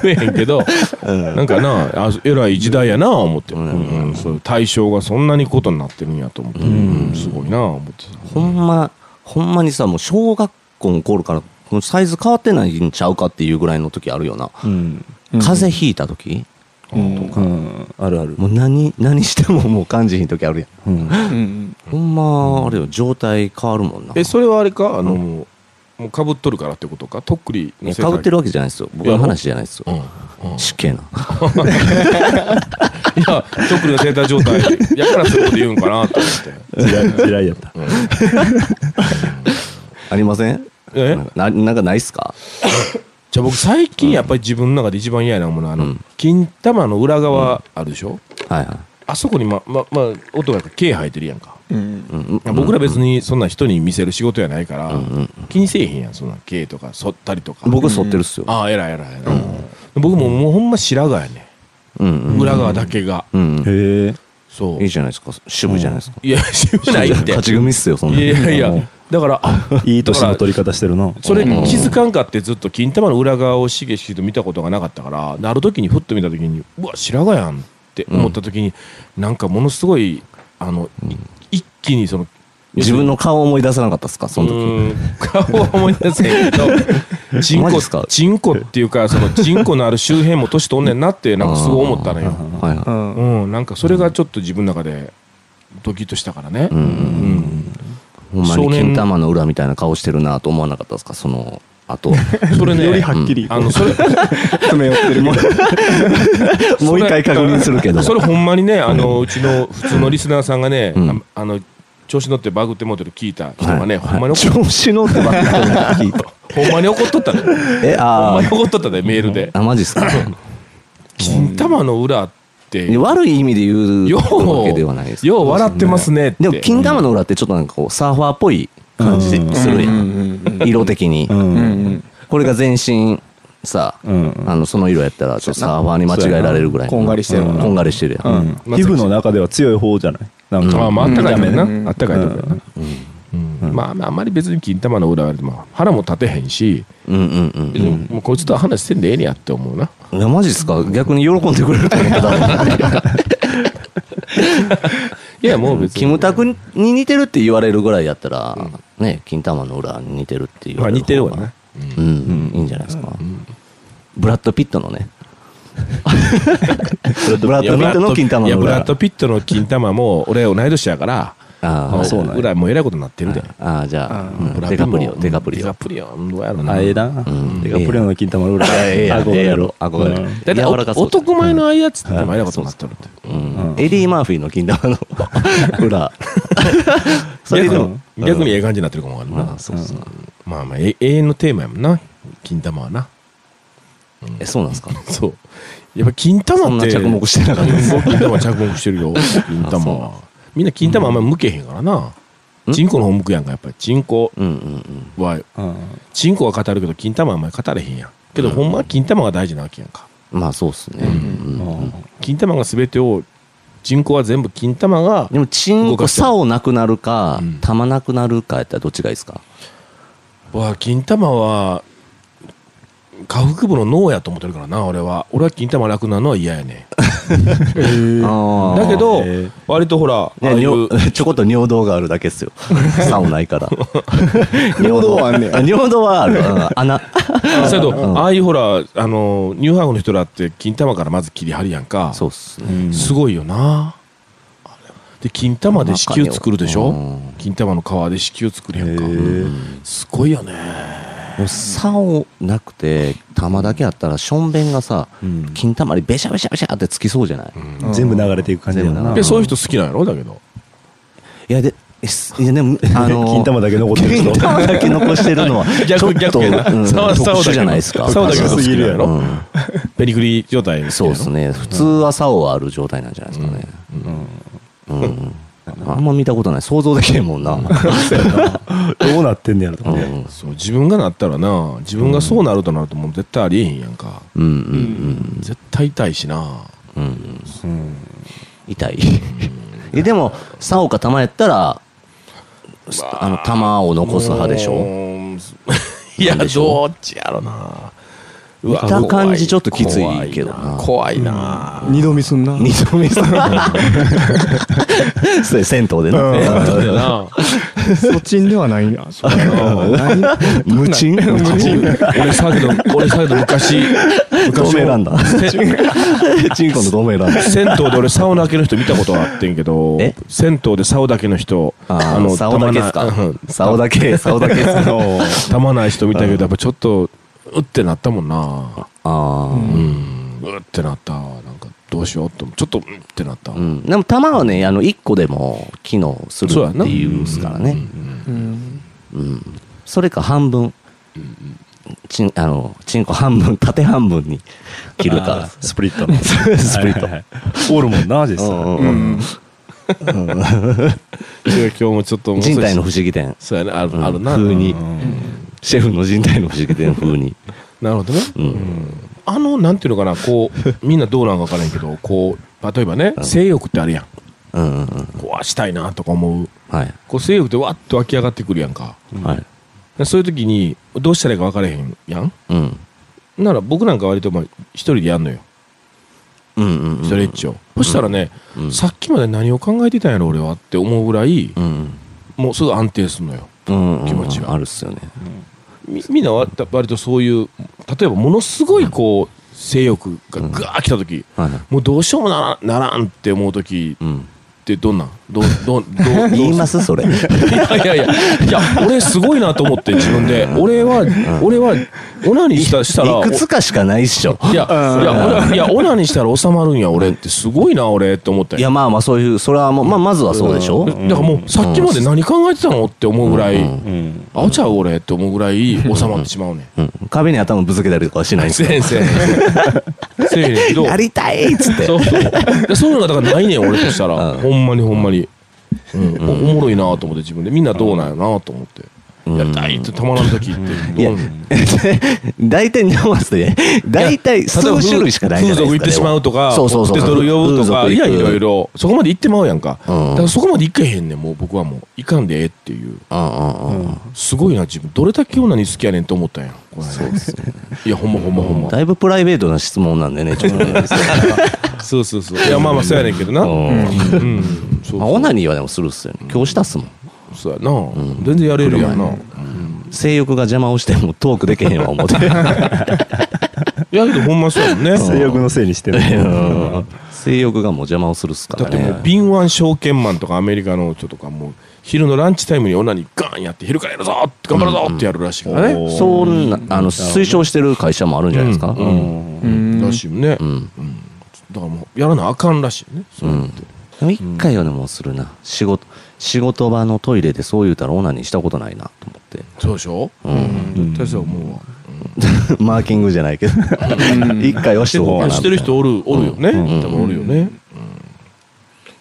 S1: えへんけどなんかなあえらい時代やな思って、うんうんそう対象がそんなにことになってるんやと思って、うんすごいな思って
S2: ほんまほんまにさもう小学校の頃からこのサイズ変わってないんちゃうかっていうぐらいの時あるよな
S3: うん
S2: 風邪ひいた時
S4: うん
S3: うんあるある
S2: もう何何してももう感じひん時あるやん
S3: うん
S4: うん
S2: ほんまあれよ状態変わるもんな
S1: えそれはあれかあの、もうかぶっとるからってことかとっくりの世
S2: か
S1: 界
S2: ぶってるわけじゃないですよ。僕の話じゃないですよ
S1: うん。うん
S2: 失敬な。
S1: いや、とっくりの生態 *laughs* 状態やからそういうこと言うんかなと思 *laughs* って。
S3: 地雷地雷やった。
S2: ありません
S1: え
S2: ななんかないっすか
S1: じゃあ僕最近やっぱり自分の中で一番嫌やなものはあの、
S2: うん
S1: 金玉の裏側あるでしょ、
S2: はいは
S1: あそこにま、ま、まあ、音が毛生えてるやんか。
S4: うん
S2: いうん。
S1: 僕ら別にそんな人に見せる仕事やないから、
S2: うんうん
S1: 気にせえへんやん、そんな毛とか剃ったりとか。
S2: 僕剃ってるっすよ。
S1: ああ、偉い偉い偉い。僕ももうほんま白髪やね、
S2: うんうん。
S1: 裏側だけが。
S2: うんうん。
S3: へえ。
S1: そう。
S2: いいじゃないですか。渋いじゃないですか。
S1: いや、渋ないって。
S2: 勝ち組っすよ、そんないん。
S1: やいやいや、だから、あ
S3: いい年の取り方してるな。
S1: それ気づかんかってずっと金玉の裏側をしげしげと見たことがなかったからである時にふっと見た時にうわ白髪やんって思った時に、なんかものすごいあの、い一気にその
S2: 自分の顔思い出さなかったっすか、その
S1: う
S2: 時。
S1: ーん顔は思い出せんけ
S2: *laughs*
S1: どチン
S2: マジ
S1: コ
S2: っすか
S1: チンコっていうかそのチンコのある周辺も年とんねんなってなんかすごい思ったのよ、
S2: はいは
S4: うん
S1: うん、なんかそれがちょっと自分の中でドキッとしたからね、
S2: い。うんう
S1: うん
S2: んうん。ほんまに
S1: 少年
S2: 金玉の裏みたいな顔してるなと思わなかったですか、その後。
S1: それね
S4: よりはっきり
S1: あのそれ
S4: 詰め寄ってるもん
S2: *laughs* もう一回確認するけど。
S1: それほんまにね、あのうちの普通のリスナーさんがね、
S2: うん
S1: ああの調子乗ってバグってモデル聞いた人がね、
S2: はい
S1: ほんまに怒っ
S2: 調子乗ってばっか
S1: *laughs*
S2: り聞い
S1: ほんまに怒っとったね。
S2: たえ、
S1: ほん
S2: あ
S1: まに
S2: ー
S1: 怒っとったね、メールで。
S2: あ、マジっすか。
S1: 金玉の裏って、よ
S2: 悪い意味で言うわけではないです
S1: う、よう笑ってますねって。
S2: でも金玉の裏ってちょっとなんかこうサーファーっぽい感じするやん色的に
S3: うん
S4: うんうん
S2: これが全身さ
S3: うん
S2: あのその色やったらちょっとサーファーに間違えられるぐらいの
S4: こんがりしてるもんな
S2: こんがりしてるや
S4: うんん
S1: まあ
S3: 皮膚の中では強い方じゃないなん
S1: まあ
S3: か。
S1: まあ、あったかいとこや
S4: うんうんうん
S1: な。あったかいとこやな。うんまあ、まああんまり別に金玉の裏は、まあ、腹も立てへんし、
S2: うんうんうん
S1: 別にもうこいつとは話せんでええねやって思うな。
S2: いやマジっすか逆に喜んでくれると思ってた
S1: いや、もう別に。
S2: キムタクに似てるって言われるぐらいやったらね金玉の裏に似てるっていう
S1: まあ似てるわな。
S2: うんいいんじゃないですかブラッド・ピットのねブラッド・ピットの金玉
S1: いや
S2: の
S1: ブラ
S2: 裏
S1: ッド・ピットの金玉も俺同い年やから
S2: あ
S1: も
S2: ー
S1: う
S3: そうなんや
S1: 裏もうえらいことになってるで
S2: ああじゃあ、うん
S1: ブラッ
S2: デ
S1: ド
S2: カ
S1: も
S2: プリオデカプリ
S1: デ
S2: オ
S1: カプリオどうやろな
S3: あええな。
S2: ん
S3: でかプレーの金玉の裏。
S2: ええやん
S3: 憧
S2: ええ
S3: れ
S2: や
S3: る
S2: ろ憧れる
S1: だって
S2: 柔らかそう
S1: 男前のああいうやつってもうえらいことになってるって
S2: うんエディ・マーフィーの *laughs* 金玉の裏それでも
S1: 逆に逆にええ感じになってるかもわかんないな
S2: あそうそう
S1: まあまあえ永遠のテーマやもんな金玉はな
S2: えそうなんですか
S1: そうやっぱ金
S2: そ
S1: 玉
S2: ん
S1: っ
S2: な
S1: て
S2: 着目してなかったです
S1: うん金玉は着目してるよ金
S2: *laughs* あ
S1: 玉はみんな金玉あんまり向けへんからな
S2: うん
S1: チンコの方向くやんかやっぱりチンコ
S2: うんうん
S1: は
S3: うん
S1: チンコは語るけど金玉はあんまり語れへんやんけどほんまは金玉が大事なわけやんか
S2: うんまあそうっすね、
S1: うん
S2: うん
S3: うん
S1: 金玉が全てを人口は全部金玉が
S2: でもチン
S1: 動
S2: コ
S1: かしてる
S2: 差をなくなるか
S1: うん
S2: 玉なくなるかやったらどっちがいいですか
S1: わあ金玉は下腹部の脳やと思ってるからな俺は俺は金玉楽なのは嫌やね
S2: あ
S1: だけど
S3: へえ
S1: 割とほらああ
S2: ね、
S1: い
S2: 尿
S1: う
S2: *laughs* ちょこっと尿道があるだけっすよ。差もないから。
S4: 尿道はあんねや
S2: あ *laughs* 尿道はある。うん穴。
S1: せやけどああいうほらあのニューハーフの人らって金玉からまず切り張りやんか
S2: そうっすね。
S1: すごいよなで金玉で子宮作るでし
S2: う
S1: ょ
S2: ん
S1: 金玉の皮で子宮作るやんか
S3: へえ
S1: すごいよね
S2: もう差をなくて玉だけあったらしょんべんがさ、
S3: うん
S2: 金玉にべしゃべしゃべしゃってつきそうじゃない、い
S3: 全部流れていく感じや
S2: 全部
S3: な。
S2: 流れ
S1: で
S2: て
S1: そういう人好きなんやろだけど
S2: やでえすいやでもあの
S3: 金玉だけ残ってる人
S2: 金玉だけ残してるのはちょ
S1: 逆
S2: っと
S1: 逆やな
S2: うん、
S1: 沢
S2: 特
S1: 沢だけ
S2: 殊
S1: の
S2: じゃないですか
S1: 沢だけの
S3: すぎるやろ
S2: うん
S1: ペリクリ状態の
S2: そうですね普通は差をある状態なんじゃないですかねうん、あんま見たことない想像できへんもんな、
S3: *laughs* どうなってんねやろ
S2: う
S3: とか
S2: ん、う
S3: ね。
S2: ん
S1: そう自分がなったらな自分がそうなるとなるともう絶対ありえへんやんか、
S2: うんうん
S1: 絶対痛いしな
S2: うんうん痛いえでも竿か玉やったらすあの玉を残す派でしょ
S1: もういや
S2: なんでしょ
S1: どっちやろなうわ
S2: 見た感じ
S1: 怖
S2: ちょっときついけどな
S1: 怖いな
S4: 二度見すんな。
S2: 二度見さんそれ銭湯でな、
S1: 怖い
S2: *laughs*
S1: な
S4: そちんではないな。何
S2: 無賃無賃
S1: 俺さっきの俺さっきの
S2: *laughs*
S1: 昔
S2: 同盟なんだ
S1: 銭
S2: チンコの同盟なんだ
S1: 銭湯で俺竿だけの人見たことはあってんけど
S2: え
S1: 銭湯で竿だけの人
S2: あの竿だけっす
S1: たまなう
S2: か
S1: ん
S2: 竿だけ竿だ *laughs* けっすか
S1: たまない人見たけどやっぱちょっとうってなったもんな
S2: あ
S1: う
S2: あ
S1: んうってなったわなんかどうしようと思うちょっとうんってなったわ
S2: うんでも玉はねあの1個でも機能する
S1: そうや
S2: っ
S1: な
S2: ていうんすからね
S4: うん
S2: うんそれか半分チンあのチンコ半分 *laughs* 縦半分に切る
S3: あ
S2: か
S3: ースプリットの
S2: スプリット
S3: はいはいはいおるもんな実
S2: う
S3: 際
S2: んうん
S4: う
S2: うん
S4: ん
S1: いや今日もちょっともう
S2: 人体の不思議点
S1: そうやねあ
S2: うん
S1: るあるな
S2: 風に
S1: うん
S2: シェフの人体の不思議点風に
S1: なるほどね
S2: うん
S1: あのなんていうのかなこ
S2: *laughs*
S1: うみんなどうなんか分からんけどこう例えばね
S2: うん
S1: 性欲ってあるやん
S2: うんうんうん
S1: こうあしたいなとか思う
S2: はい
S1: こう性欲ってわっと湧き上がってくるやんか
S2: はい
S1: でそういう時にどうしたらいいか分からへんやん
S2: うん
S1: なら僕なんか割とまあ一人でやんのよ
S2: うんうんうん
S1: ストレッチを、そしたらね、
S2: うん
S1: さっきまで何を考えてたんやろ俺はって思うぐらい、
S2: うん
S1: もうすぐ安定するのよ
S2: うんうん
S1: 気持ちが
S2: あるっすよね
S1: みみんな割と割とそういう例えばものすごいこう性欲がガーッ来た時、
S2: はい
S1: もうどうしようもならならんって思う時
S2: うん
S1: ってどんなんどうどうどうどう
S2: *laughs* 言いますそれ
S1: いやいやいやいや俺すごいなと思って自分で俺は俺はオナニーしたしたら
S2: いくつかしかないっしょ
S1: いやいや俺はいやオナニーしたら収まるんや俺ってすごいな俺って思ったん
S2: い
S1: よ
S2: やまあまあそういうそれはもうまあまずはそうでしょ
S1: だからもうさっきまで何考えてたのって思うぐらい、
S2: うんうん
S3: うん
S1: あおちゃう俺って思うぐらい収まってしまうねん
S2: うん壁に頭ぶつけたりとかはしないんですよ
S1: 先
S2: *laughs*
S1: 生せえねんけど
S2: やりたいっつって *laughs*
S1: そうそうでそういうのがだからないねん俺としたら、
S2: うん
S1: ほんまにほんまに、うんおおもろいなと思って自分でみんなどうなんやなと思って、やりたいってたまらん時って、
S2: いや
S1: どうなん
S2: 大体ナマスで大体数種類しかないじゃ
S1: 風
S2: な
S1: 俗行
S2: いです
S1: っ
S2: か
S1: てしまうとか、
S2: そうそうそう
S1: ホテル呼ぶとか、
S2: 風俗行く
S1: いや、いろいろ、そこまで行ってまうやんか。
S2: うん
S1: だからそこまで行けへんねん、もう僕はもう。行かんでええっていう。
S2: うんうんうん
S1: すごいな、自分。どれだけ女に好きやねんと思ったんやん。この間いや、ほんまほんまほんま。
S2: だいぶプライベートな質問なん
S1: *laughs*
S2: でねちょっとね
S1: そうそうそう。いや、まあまあ、そうやねんけどな。
S2: う
S1: うん。
S2: ん
S1: そう
S2: まあ
S1: そ
S2: オ
S1: う。
S2: ナニーはでもするっすよね今日したっすもん
S1: そうやな。全然やれるやんな。
S2: 性欲が邪魔をしてもトークできへん
S1: *laughs*
S2: わ思って
S1: いや、けどほんまそうやもんね。
S3: *laughs* 性欲のせいにしてる
S2: うん性欲がもう邪魔をするっすか
S1: だ
S2: ら
S1: って
S2: ね
S1: もう、敏腕証券マンとかアメリカの人とか、もう、昼のランチタイムに女にガーンやって、昼からやるぞって頑張るぞってやるらしいからね。
S3: うん
S2: そんなあの推奨してる会社もあるんじゃないですか
S1: う
S2: うん
S1: ん
S4: うん
S1: らしいよね、
S2: うん
S1: だからもうやらなあかんらしいよねそういうのって
S2: でも一回はでもするな仕事仕事場のトイレでそう言うたらオナニーしたことないなと思って
S1: そうでしょ、う絶対そう思うわ、
S2: マーキングじゃないけど一回はして
S1: 結
S2: おこうか
S1: 構
S2: な
S1: してる人おるおるよね、
S2: うん
S1: 多分おるよね、うん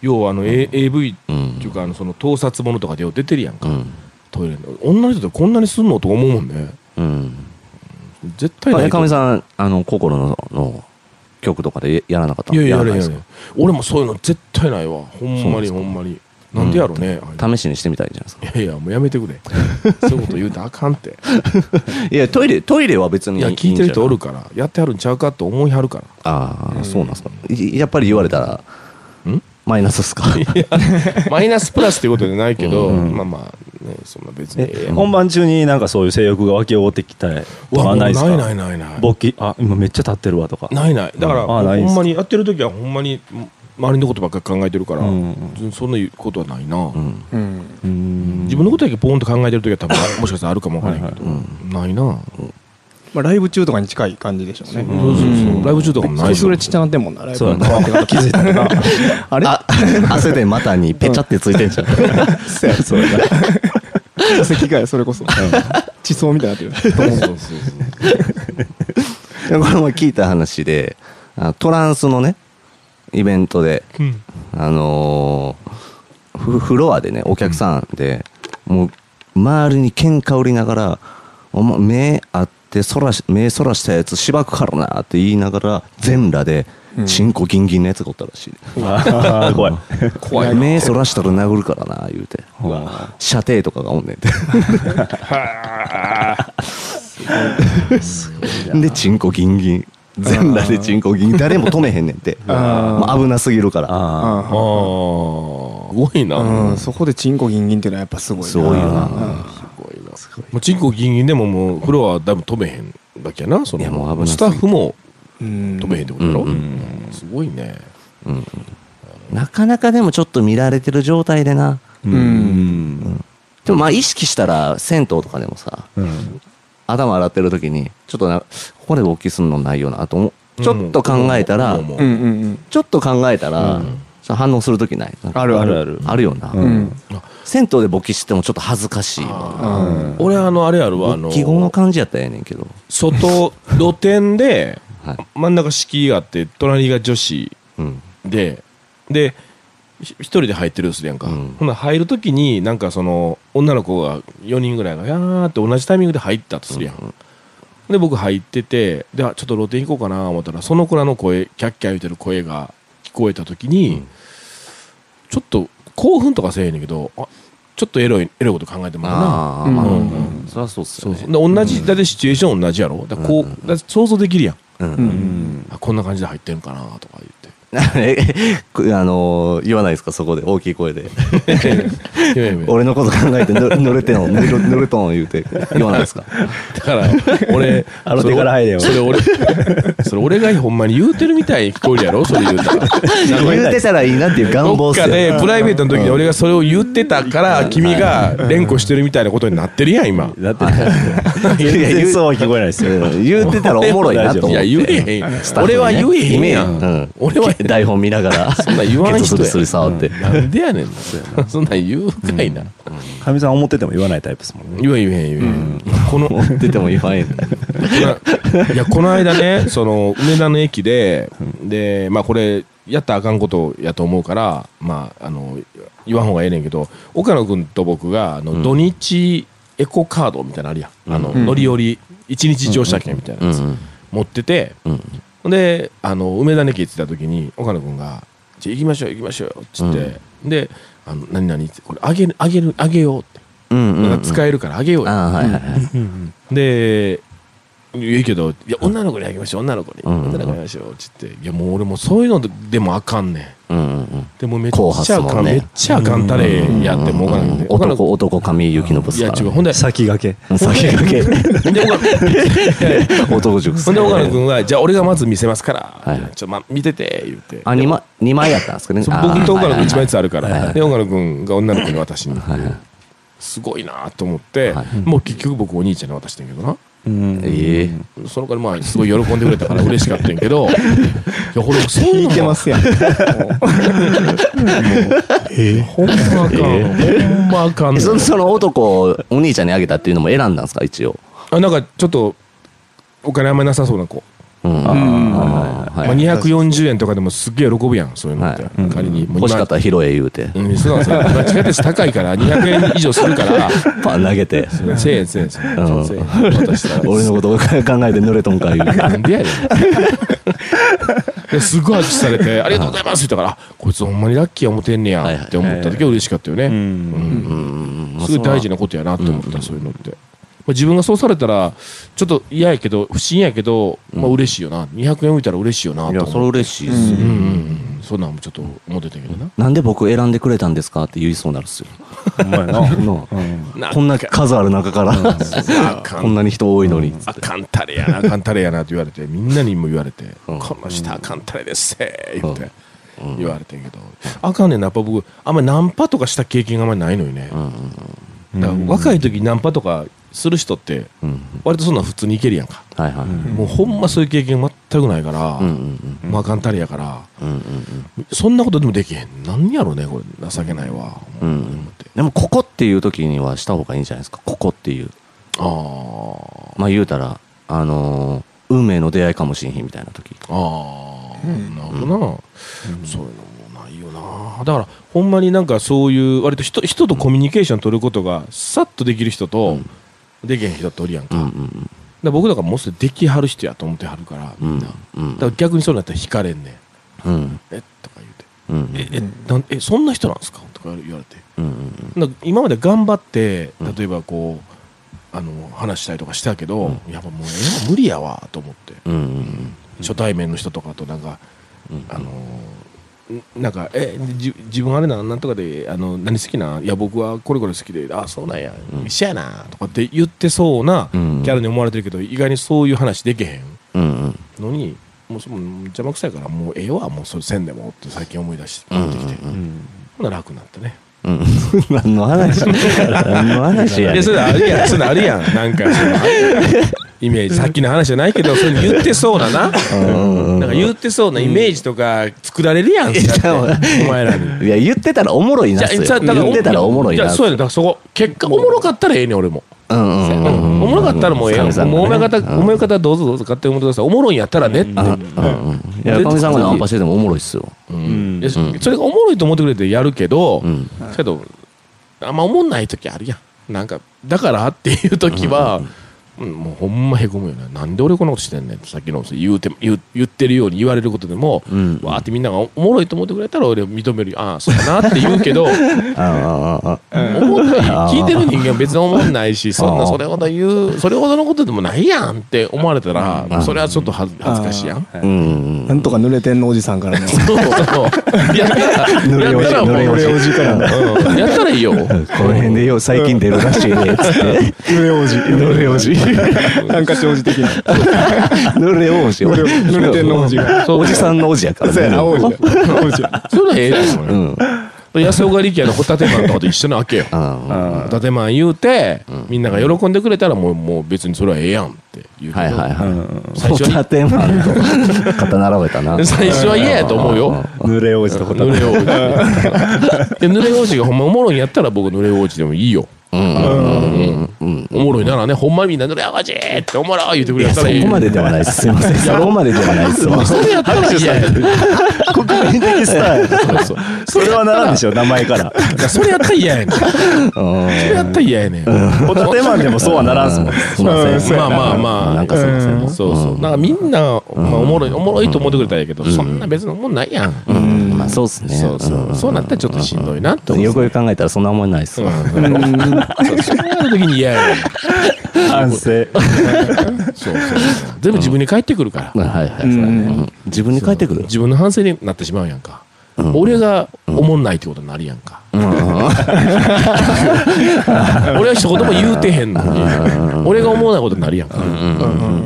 S1: 要はあの、A AV って
S2: うん
S1: いうかあのその盗撮ものとかでよう出てるやんか、
S2: うん
S1: トイレの女の人ってこんなにすんのとか思うもんね
S2: うん
S1: 絶対ない
S2: え
S1: と
S2: か
S1: 思う
S2: みさんあの心のの曲とかでやらなかった
S1: いやいやや
S2: ら
S1: れへ
S2: な
S1: ん
S2: で
S1: や
S2: す
S1: れへん俺もそういうの絶対ないわほん
S2: そう
S1: まに
S2: です
S1: ほんまになんでやろうね、ああいうの
S2: か試しにしてみたいじゃないですか
S1: いやいやもうやめてくれそういうこと言うたらあかんって
S2: いやトイレトイレは別に
S1: いや聞いてる人お
S2: んじ
S1: るからやってはるんちゃうかと思いはるから
S2: ゃないああそうなんですかいやっぱり言われたら
S1: ん
S2: マイナスっすか *laughs*
S1: マイナスプラスっていうことじゃないけど、
S3: うん
S1: まあまあ、ね、そんな別に。
S3: え本番中になんかそういう性欲が湧き起ってきたり
S1: う
S3: と
S1: わもう
S3: かない
S1: な
S3: で
S1: い
S3: す
S1: な
S3: か
S1: いないないない。
S3: 勃起あ今めっちゃ立ってるわとか
S1: ないない。だから、
S3: あないんす
S1: ほ
S3: か
S1: んまにやってる時はほんまに周りのことばっかり考えてるから、
S3: うん
S1: そんなことはないな。
S2: うん
S4: うん
S3: うん
S1: 自分のことだけポーンと考えてる時は多分あもしかしたらあるかもわからないけど、ないな、
S4: まあライブ中とかに近い感じでしょうね。
S1: そうそうそうライブ中とかもないし
S4: それちっちゃなってんもんな、ライブ
S3: そうやな気づいたな
S4: あ
S2: *laughs*
S4: れ
S2: あ汗で股にペチャってついてんじゃん
S4: そうや
S3: そ
S2: *laughs*
S3: うやな
S4: *laughs* 化石かよ、それこそ。地層みたいになってる。
S1: そうそうそうそう
S2: でこれも聞いた話であトランスのねイベントで、
S1: うん
S2: あのーフフロアでねお客さんで、もう周りに喧嘩売りながら「お前目あってそらし目そらしたやつしばくからな」って言いながら全裸で、チンコギンギンのやつがおったらしい、
S3: あー *laughs* 怖い
S1: 怖いな
S2: 目そらしたら殴るからな言うて
S3: うわ
S2: 射程とかがおんねんて
S1: はあ
S2: でチンコギンギン全裸でチンコギンギン誰も止めへんねんて
S4: あー
S2: まあ危なすぎるから
S3: あ
S1: *laughs* ああーすごいな、
S4: うん、
S1: も
S4: そこでチンコギンギンっていうのはやっぱすごいな
S2: すごいよな
S1: うチンコギンギンでももうフロアだいぶ飛べへんだけやなその
S2: いやもう危なす
S1: ス
S2: ぎ
S1: タ
S2: て
S1: ッフも
S4: うん
S1: 飛べへんってことだろ、
S2: うんうん
S1: うんすごいね
S2: なかなかでもちょっと見られてる状態でな
S3: う
S4: う
S3: んん
S2: でもまあ意識したら銭湯とかでもさ
S3: うん
S2: 頭洗ってる時にちょっとなここで勃起するのないよなと思うちょっと考えたら、
S1: うん
S4: うんうんうん
S2: ちょっと考えたら、
S3: うん
S2: さ反応する時ないなんか
S4: あるある
S3: ある
S2: あるよな、
S3: う
S4: うんん
S2: 銭湯で勃起してもちょっと恥ずかしいわ
S4: うん
S1: 俺あのあれあるわあの
S2: 勃起後の感じやったらええねんけど、
S1: 外露店で
S2: はい
S1: 真ん中敷居があって隣が女子
S2: うん、
S1: ででひ一人で入ってるんするやんか、
S2: うん
S1: ほな入るときになんかその女の子が4人ぐらいがやーって同じタイミングで入ったとするやん、で僕入っててであちょっと露店行こうかな思ったらその子らの声キャッキャ言うてる声が聞こえたときに、ちょっと興奮とかせえへんねんけどあちょっとエロいエロいこと考えてもらうな
S2: ああ、
S4: うん
S2: まあ、
S1: うん
S2: そりゃそうっす
S1: そ
S2: よ
S1: う
S2: ね
S1: そうで同じだってシチュエーション同じやろだからこう、だから想像できるやん
S2: うん
S4: う
S3: うんん
S1: あこんな感じで入ってるんかなとか言って
S2: *laughs* え *laughs* こあのー言わないですかそこで大きい声で
S1: いやいやいや
S2: *laughs* 俺のこと考えてぬ濡れてんの濡れ濡れとん言うて言わないですか
S1: だから、俺、
S3: あの手から入れよ
S1: それ俺、それ俺がほんまに言うてるみたいに聞こえるやろそれ言うたら。
S2: 言うてたらいいなっていう願
S1: ど
S2: 望
S1: っ
S2: っす
S1: か
S2: よ
S1: で、プライベートの時に俺がそれを言ってたから、君が連呼してるみたいなことになってるやん、今。
S3: だって *laughs* 全
S2: や言う
S3: 然そうは聞こえないですよ
S2: うん言うてたらおもろいなと思って
S1: いや、言えへん。俺は言えへんや
S2: うんん。
S1: 俺は、
S2: 台本見ながら
S1: そんなん言わん人や
S2: ケツスリスリ触って、
S1: なんでやねんな。そんなん言うかいな。
S3: かみさん思ってても言わないタイプですもんね
S1: 言えへん、言えへん、言えへん。この、
S2: 持ってても言わへん
S1: ないやこの間ねその梅田の駅で、でまあこれやったらあかんことやと思うからまああの言わん方がええねんけど岡野君と僕があの、土日エコカードみたいなのあるやんあの、
S4: うん
S1: 乗り降り一日乗車券みたいなやつ、持ってて、
S2: うん
S1: であの梅田の駅行ってた時に岡野君が「じゃあ行きましょう行きましょう」っつって、であの「何々」って「これあげるあげるあげよう」って、
S2: うんうん、うん、
S1: 使えるからあげようよ
S2: ああはいはいはい
S1: で、いいけど、いや、女の子にあげましょう、女の子に。
S2: うん
S1: 女の子にあげましょう、つって。いや、もう俺もそういうのでもあかんねん。
S2: うんうんうん
S1: でもめっ
S2: 後発
S1: ちゃあ
S2: も
S1: かん、
S2: ね
S1: めっちゃあかんたれやってもうかなくて。岡野君
S2: 男男神ゆきのぶ
S1: い
S2: す
S1: や、
S2: か
S1: 違う。
S2: ら
S1: ほんで、
S3: 先駆け
S2: 先駆け
S1: ほんで岡野
S2: 男塾っす
S1: ほんで岡野
S2: ね
S1: 君は、じゃあ俺がまず見せますから、
S2: はい
S1: ちょっとまあ見てて、言って。
S2: あ二枚二枚やったんですかね
S1: そう
S2: あー
S1: 僕と岡野
S2: はいはい
S1: 君
S2: はい
S1: 一枚ずつあるから、で、岡野君が女の子に渡しに行ってすごいなと思って
S2: はい、
S1: もう結局僕お兄ちゃんに渡してんけどな。
S3: うん
S2: ええ
S1: その代わりまあすごい喜んでくれたから嬉しかったんやけ
S2: *laughs*
S1: どいやこれそういうの
S4: いけますやん
S1: ほんまあかん、ほんまあかん
S2: え
S1: ねん
S2: そのその男をお兄ちゃんにあげたっていうのも選んだんですか一応
S1: あなんかちょっとお金あんまりなさそうな子、
S2: うんは
S3: あー
S2: いはい
S1: ま
S2: は
S1: あ、
S2: い
S1: 240円とかでもすっげえ喜ぶやんそういうのって、
S2: はい
S1: 仮にもう今
S2: 欲しかったら拾え言うて
S1: うんそうなんですよ今地下鉄高いから200円以上するから
S2: *laughs* パン投
S1: *laughs*
S2: げて
S1: 1000円1000円
S2: うん
S1: 1000円渡したら
S2: 俺のことを考えて濡れとん
S1: *laughs*
S2: か言うて
S1: なんでやねんですごい握手されて「ありがとうございます」って言ったからあ「こいつほんまにラッキーや思てんねや」って思った時は嬉しかったよね、
S3: うん
S1: うん
S2: うん
S1: すごい大事
S2: な
S1: なことやなって思った、そういうのって、まあ、自分がそうされたらちょっと嫌やけど不審やけど、まあ嬉しいよな200円浮いたら嬉しいよないと
S2: やそ
S1: 思
S2: れ
S1: う
S2: 嬉しいっす
S1: う
S2: よ
S1: んうんうんそんなんもちょっと思ってたけどな
S2: なんで僕選んでくれたんですかって言いそうになるっすよ
S3: ほんまやな
S2: の
S3: うん
S1: な
S2: こんな数ある中から
S1: あか
S2: *laughs* こん
S1: ん
S2: なに人多いのに
S1: あかんたれやなあかんたれやなって言われてみんなにも言われて「
S2: うん
S1: この人あかんたれです」言って
S2: うん
S1: 言われてんけどあかんねんなやっぱ僕あんまりナンパとかした経験があんまりないのよね
S2: うん
S1: だから若い時にナンパとかする人って
S2: うんうん
S1: 割とそんなん普通にいけるやんか
S2: はいはい
S1: もうほんまそういう経験全くないから、
S2: うんうん
S1: まあ、簡単やから、
S2: うんうんうん
S1: そんなことでもできへん。なんやろね、これ、情けないわ。
S2: うん
S1: 思って
S2: でもここっていう時にはした方がいいんじゃないですかここっていう
S1: あー
S2: まあ言うたらあのー運命の出会いかもしれんひんみたいな時
S1: あー、なるほどな、そういうのもないよな。だから、ほんまになんかそういう、割と人人とコミュニケーション取ることが、さっとできる人と、できへん人っておるやんか。
S2: うんう
S1: だか
S2: ん
S1: ら僕だからもうすぐできはる人やと思ってはるから、
S2: う
S1: みん
S2: ん
S1: な。
S2: うん
S1: だから逆にそうなったら惹かれんねん。
S2: うん
S1: えとか言うて。
S2: うんうん
S1: え、え、なんえそんな人なんですかとか言われて。
S2: うんうん
S1: なんか今まで頑張って例えばこう、あの話したりとかしたけど、やっぱもうええわ無理やわと思って、
S2: うんうん
S1: 初対面の人とかとなんか、
S2: うん
S1: あのんなんかえじ自分あれなんなんとかであの何好きなんいや僕はこれこれ好きであそうなんや、
S2: うん
S1: 一緒やなとかって言ってそうなキ
S2: うん
S1: ャラに思われてるけど、意外にそういう話できへん
S2: うんうん
S1: のにもうそもう邪魔くさいからもうええわもうそれせんでもって最近思い出して
S2: うん
S1: なってきて、ほな楽になったね
S2: うん何の話何の話や
S1: いや
S2: ねん
S1: それあるやんそういうのあるやんなんかそのあるやんイメージさっきの話じゃないけどそれ言ってそうなななんか言ってそうなイメージとか作られるやん、だってお前らに。
S2: いや言ってたらおもろいなっすよ
S1: じゃあだから
S2: 言ってたらおもろい
S1: じゃ
S2: な
S1: あ
S2: っす
S1: そうやねだからそこ結果おもろかったらええねん俺も、
S2: うんうん
S1: うん
S2: うんうん
S1: おもろかったらもうええやん、
S2: 神さん
S1: もうお
S2: がね
S1: 前方、お前方どうぞどうぞ勝手に思ってくださいおもろいんやったらねって、
S2: うんうんいやかみさんがナンパしててもおもろいっすよ
S1: いやそそれがおもろいと思ってくれてやるけど、
S2: うん
S1: けどあんまおもんない時あるやんなんかだからっていう時は、うんもうほんまへこむよねなんで俺こんなことしてんねんってさっきの言うて言う言ってるように言われることでも、
S2: うん
S1: わーってみんながおおもろいと思ってくれたら俺は認めるよああそうだなって言う
S2: *laughs*
S1: けどお
S2: あああああ
S1: もんない聞いてる人間は別に思んないしそん
S2: あ
S1: な
S2: ー
S1: それほど言うそれほどのことでもないやんって思われたら、それはちょっと恥ず恥ずかしいや *laughs* ん。
S2: あうんうん
S4: なんとか濡れてんのおじさんからの。
S1: そうそう。やったら、
S2: *laughs* 濡れ
S1: や
S2: 落
S1: っ
S2: ち
S1: たらもう、
S2: 濡れ落ち
S1: うんやったらいいよ。
S2: この辺でよう最近出るらしいねっつって
S4: 濡れ王子。
S2: 濡れ王子
S4: ハンカチ王子的な。
S2: 濡れ王子
S4: 濡れ濡れてんの王子が。
S1: そう
S2: おじさんの王子やから
S4: そうやな、王子。王子。
S1: それはええだ
S2: う
S1: ろ。
S2: ん
S1: 安岡力也のホタテマンとかと一緒なわけよ。
S2: あ
S1: ホタテマン言うて、みんなが喜んでくれたら、もう、もう別にそれはええやんって言う
S2: あはいはい
S1: い。
S2: は
S1: 最
S2: いホ
S1: 初
S2: タ
S1: に、
S2: テマンと肩並べたな
S1: 最初は嫌やと思うよ。
S3: 濡れ王子とホタ
S1: 濡れ王子。で濡れ王子がほんまおもろいんやったら、僕濡れ王子でもいいよ。
S2: うんうんうん
S1: おもろいならね、ほんまみんな濡れ王子っておもろい言うてく
S2: い
S1: れ
S2: や
S1: た
S2: そ
S1: らいい
S2: こ
S1: よ。
S2: までではないですすいませんそこまでではないですわ
S1: それやったら嫌や。
S3: 国民的スターや
S1: そうそう
S3: それはならんでしょ名前から
S1: いやそれやったら嫌やねん。それやったら嫌やねん。
S3: ホタテマンでもそうはならんすもん
S2: すいません
S1: まあまあまあ。
S2: なんかすいません
S1: そうそう。なんかみんな、まあ、おもろい、おもろいと思ってくれたらいいけど、そんな別のもんないやん。
S2: うんまあそうっすね
S1: そうそう。そうなったらちょっとしんどいなって思う。
S2: よくよく考えたらそんな思いないっす
S1: う
S2: わ
S1: んそうそうやるときに嫌やねん。
S3: 反省
S1: そうそう。全部自分に返ってくるから。
S2: はいはいはいうん自分に返ってくる
S1: 自分の反省になってしまうやんか。俺がおもんないってことになるやんか。俺は一言も言うてへんのに、俺が思わないことになるやんか。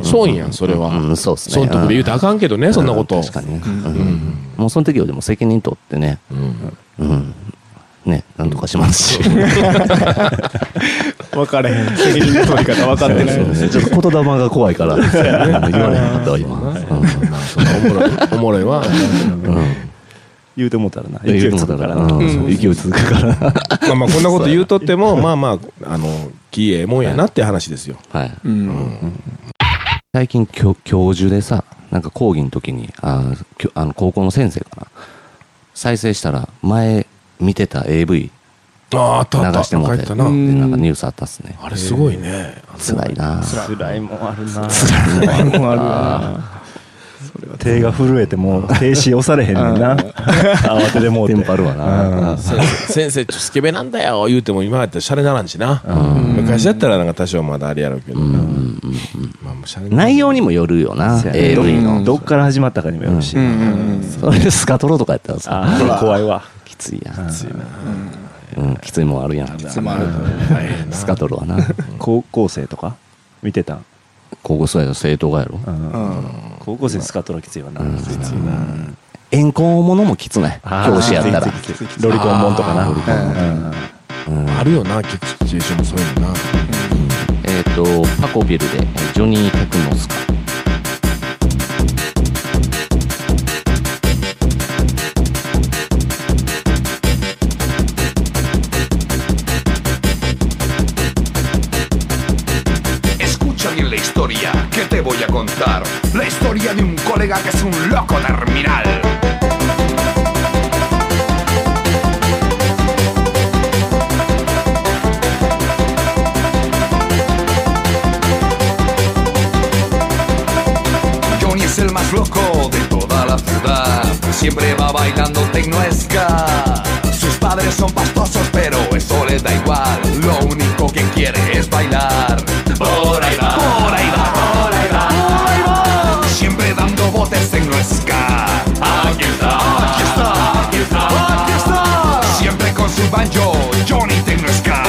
S1: そうやん、それは。
S2: うんそうっすね
S1: 損得で言うとあかんけどね、そんなこと。
S2: 確かにねうんもうその時はでも責任取ってねうんねなんとかしますし
S4: 分かれへん。責任の取り方分かってない。
S2: そう *laughs* ちょっと言霊が怖いからうん言われへんかったわ今うん
S1: まあそのおもろい、おもろいは。
S3: 言うてもうたらな
S2: 勢
S3: 勢
S2: い
S3: い
S2: つく
S3: つく
S2: か
S3: からら
S2: な
S3: な
S2: うん勢い続くから
S1: まあまあ、こんなこと言うとっても、まあまあ、あの、きええもんやなって話ですよ。
S2: はい
S4: うん。
S2: 最近教教授でさなんか講義の時にあーきょあの高校の先生かな再生したら前見てた AV
S1: ああ、あったあった。
S2: 流してもらって
S1: 書いたな
S2: でなんかニュースあったっすね
S1: あれすごいね。
S2: 辛いな
S3: 辛いもんあるな
S4: もうあるな。
S3: 手が震えてもう停止押されへんねんな慌ててもう
S2: テ
S3: て
S2: ンパるわな
S1: 先生、先生ちょっとスケベなんだよ、言うても今やったらシャレならんしな。昔だったらなんか多少まだあれやろうけど。まあもうシャレならん
S2: 内容にもよるよな
S3: そうやね
S2: AV の
S3: どっから始まったかにもよるし
S4: うんうん
S2: それスカトロとかやったらさ
S3: あー怖いわ
S2: きついやんうんきついもんあるやん
S4: つまる。
S1: 大変な
S2: スカトロはな
S3: 高校生とか見てたん
S2: 高校生やの正当がやろ
S4: うん。
S3: 高校生スカトラきついわな
S2: 怨恨ものもきつない
S3: あー
S2: 教師やったら
S3: きついきついきついロリコンモンとかな
S2: ロリコ
S3: うん
S1: あるよな、結構シチュエーションもそういうのな。
S2: えっとパコビルでジョニー・テクノスカ
S5: Escucha bien la historia que te voy a contar. La historia de un colega que es un loco terminal. Johnny es es el más loco de toda la ciudad. Siempre va bailando tecnoesca. Sus padres son pastosos, pero eso les da igual. Lo único que quiere es bailar. Por ahí va, por ahí va, por ahí va. Siempre dando botes tecnoesca. Aquí está, aquí está, aquí está, aquí está. Siempre con su banjo, Johnny Tecnoesca.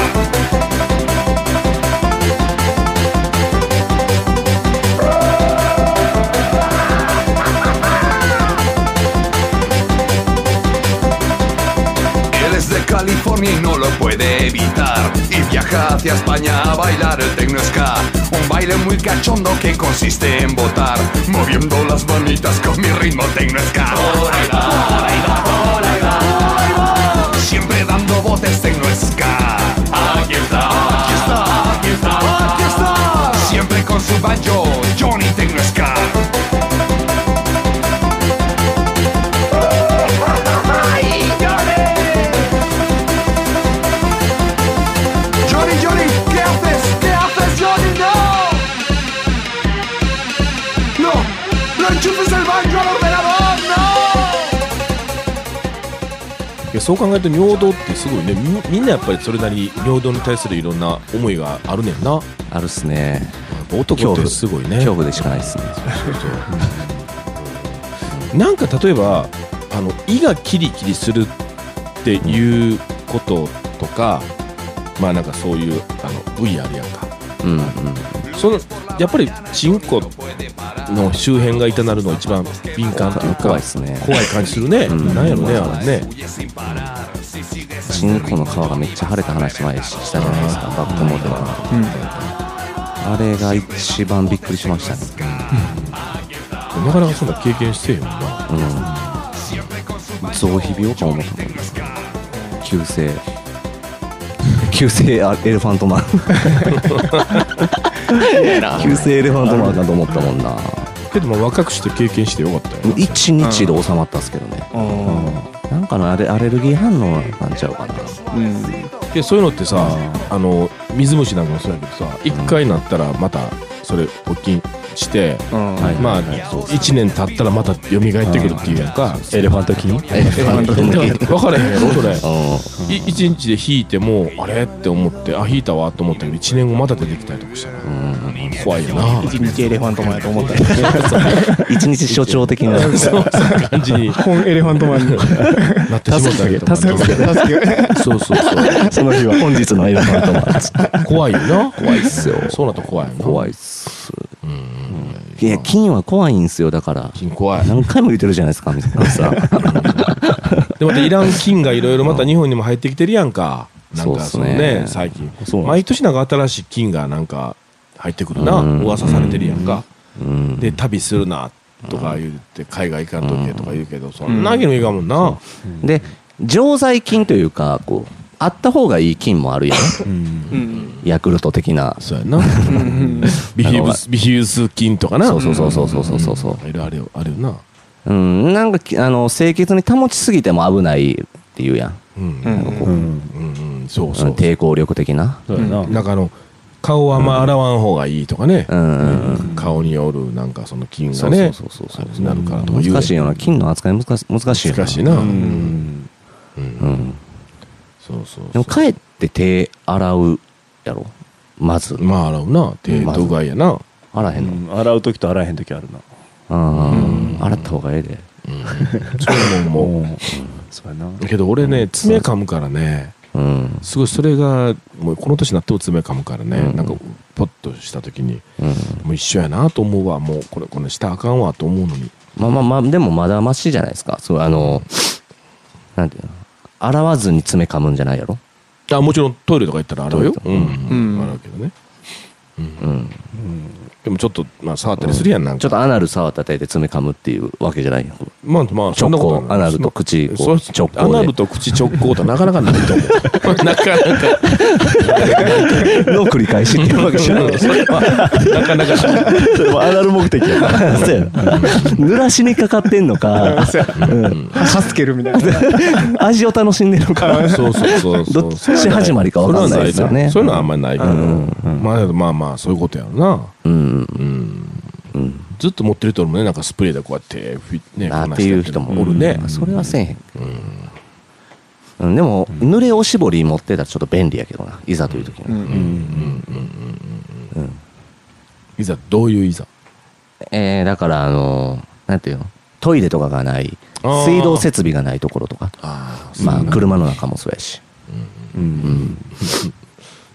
S5: Él es de California y no lo puede evitar Y viaja hacia España a bailar el techno ska Un baile muy cachondo que consiste en botar Moviendo las manitas con mi ritmo techno ska Por ahí va, por ahí va, por ahí va, por ahí va. Siempre dando botes techno ska Aquí está, aquí está, aquí está, aquí está Siempre con su banjo, Johnny techno ska Johnny, Johnny, ¿qué haces? ¿Qué haces, Johnny? ¡No! ¡No! ¡No enchufes el banco al ordenador! ¡No!
S1: いやそう考えると尿道ってすごいねみみんなやっぱりそれなりに尿道に対するいろんな思いがあるねんなやっ
S2: あるっすね
S1: ぱ男ってすごいね
S2: 恐怖でしかないっすね
S1: *laughs* なんか例えばあの胃がキリキリするっていうこととか、まあなんかそういうあの部位あるやんか
S2: うんうん
S1: そのやっぱりチンコの周辺が痛なるのが一番敏感というか
S2: 怖いっすね
S1: 怖い感じするね、
S2: ん
S1: なんやろねあれね
S5: Huye sin parar. Si sigues
S2: チンコの皮がめっちゃ腫れた話前したじゃないですかバックモデルの、あれが一番びっくりしましたね、
S1: なかなかそんな経験してへんもんな
S2: うん、増皮病か思ったもんです急性 *laughs* 急性あエレファン *laughs* トマン急性エレファントマンだと思ったもん *laughs* な
S1: けどまあ若くして経験してよかったよな
S2: 1日で収まったっすけどね、なんかのあれアレルギー反応なんちゃうかな
S1: でそういうのってさあの水虫なんかもそうやけどさ一回なったらまたそれ募金して、
S2: はい
S1: まあ、1年経ったらまた蘇ってくるっていうやんか
S3: エレファントキー
S2: エレファントマン
S1: 分からへんやろそれ
S2: う
S1: い一日で引いてもあれって思ってあ引いたわと思ったけど1年後また出てきたりとかしたら怖いよな
S4: 一日エレファントマンやと思った
S2: ん一日所長的 *laughs* な
S1: そういう感じに
S4: 本エレファントマンに
S1: なってしまったけど
S4: 助けて助けて
S1: そうそうそう
S2: その日は本日のエレファントマンです
S1: 怖いよな怖いっ
S2: すよ
S1: そうなると怖いよな
S2: *laughs* 怖いっすいや金は怖いんすよだから
S1: 金怖い
S2: 何回も言ってるじゃないですかみたいなさ
S1: でまたイラン菌がいろいろまた日本にも入ってきてるやんかなんかその
S2: そうっ
S1: ね
S2: すね
S1: 最近
S3: そうなんです
S1: 毎年なんか新しい菌がなんか入ってくるな
S2: うん
S1: 噂されてるやんか
S2: うん
S1: で旅するなとか言って海外行かんとけとか言うけどそんなわけにもいかんもんな
S2: で常在菌というかこうあった方がいい菌もあるやん
S4: うん
S2: ヤクルト的な
S1: そうやな
S4: うん
S1: ビヒウスビヒウス菌とかな
S2: そうそうそうそうそうそうそう
S1: いろいろあるよあるよな
S2: うんなんかきあの清潔に保ちすぎても危ないっていうや
S1: う
S2: ん
S1: ん
S4: う
S1: うん
S4: ん
S3: う
S4: うん
S3: ん
S1: うんそうそう
S2: 抵抗力的な
S3: そうやな
S1: なんかあの顔はあんま洗わん方がいいとかね
S2: うんうんうん
S1: 顔によるなんかその菌がね
S2: そうそうそう
S1: あ
S2: そう
S1: れになるからとか言うやん
S2: 難しいよな菌の扱い難し難しいよ
S1: 難しいなうん
S2: うん
S1: そうそう
S2: でも
S1: そ
S2: 帰って手洗うやろまず
S1: うまあ洗うな手とうがいやな
S2: 洗えへんの
S3: うん洗う時と洗えへん時あるな
S2: うん洗った方がええで
S1: そういうのもも
S3: うんそうやな
S1: うけど俺ね爪噛むからね
S2: うん
S1: すごいそれがもうこの年になっても爪噛むからね
S2: うん
S1: なんかポッとした時に
S2: うん
S1: もう一緒やなと思うわもうこれこれしたらあかんわと思うのに
S2: まあまあまあでもまだマシじゃないですかそうあのなんていうの洗わずに爪噛むんじゃないやろ
S1: あもちろんトイレとか行ったら洗うよ
S2: トイ
S1: う
S2: レとか
S1: ん、
S4: うん
S1: 洗うけどね
S2: うん
S1: でもちょっと、まあ、触ったりするやんなん
S2: ちょ
S1: か、
S2: っとアナル触った手で爪噛むっていうわけじゃないよ
S1: まあまあそんな
S2: 直
S1: ことは
S2: 行
S1: ない
S2: アナルと口こ
S1: そうう
S2: 直
S1: アナル
S2: 行
S1: と口直行となかなかないと思うなかなか
S2: で *laughs* の繰り返しっていうわけじ *laughs* ゃない
S1: それはなかなかない
S3: それも洗う目的やから
S2: そうやな濡らしにかかってんのか
S4: 歯つけるみたいな
S2: 味を楽しんでるのか
S1: そうそうそうそう
S2: どっち始まりか
S1: そ
S2: わ
S1: れ
S2: か
S1: は
S2: んない
S1: な
S2: で
S1: い
S2: すよ
S1: な
S2: ね
S1: そういうのはあんまりないけどまあまあまあそういうことやろな
S2: うん
S1: うん
S2: うん
S1: ずっと持ってる人おるもんねなんかスプレーでこうやってふいね
S2: な
S1: こ
S2: ん
S1: な
S2: て
S1: して
S2: い
S1: や
S2: う
S1: って
S2: 人
S1: る
S2: も
S1: おるね
S2: うんそれはせえへん、うんでも濡れおしぼり持ってたらちょっと便利やけどないざという時に、
S1: いざどういういざ
S2: えーだからあのなんていうのトイレとかがない
S1: あー
S2: 水道設備がないところとか
S1: ああ
S2: まあ車の中もそうやし、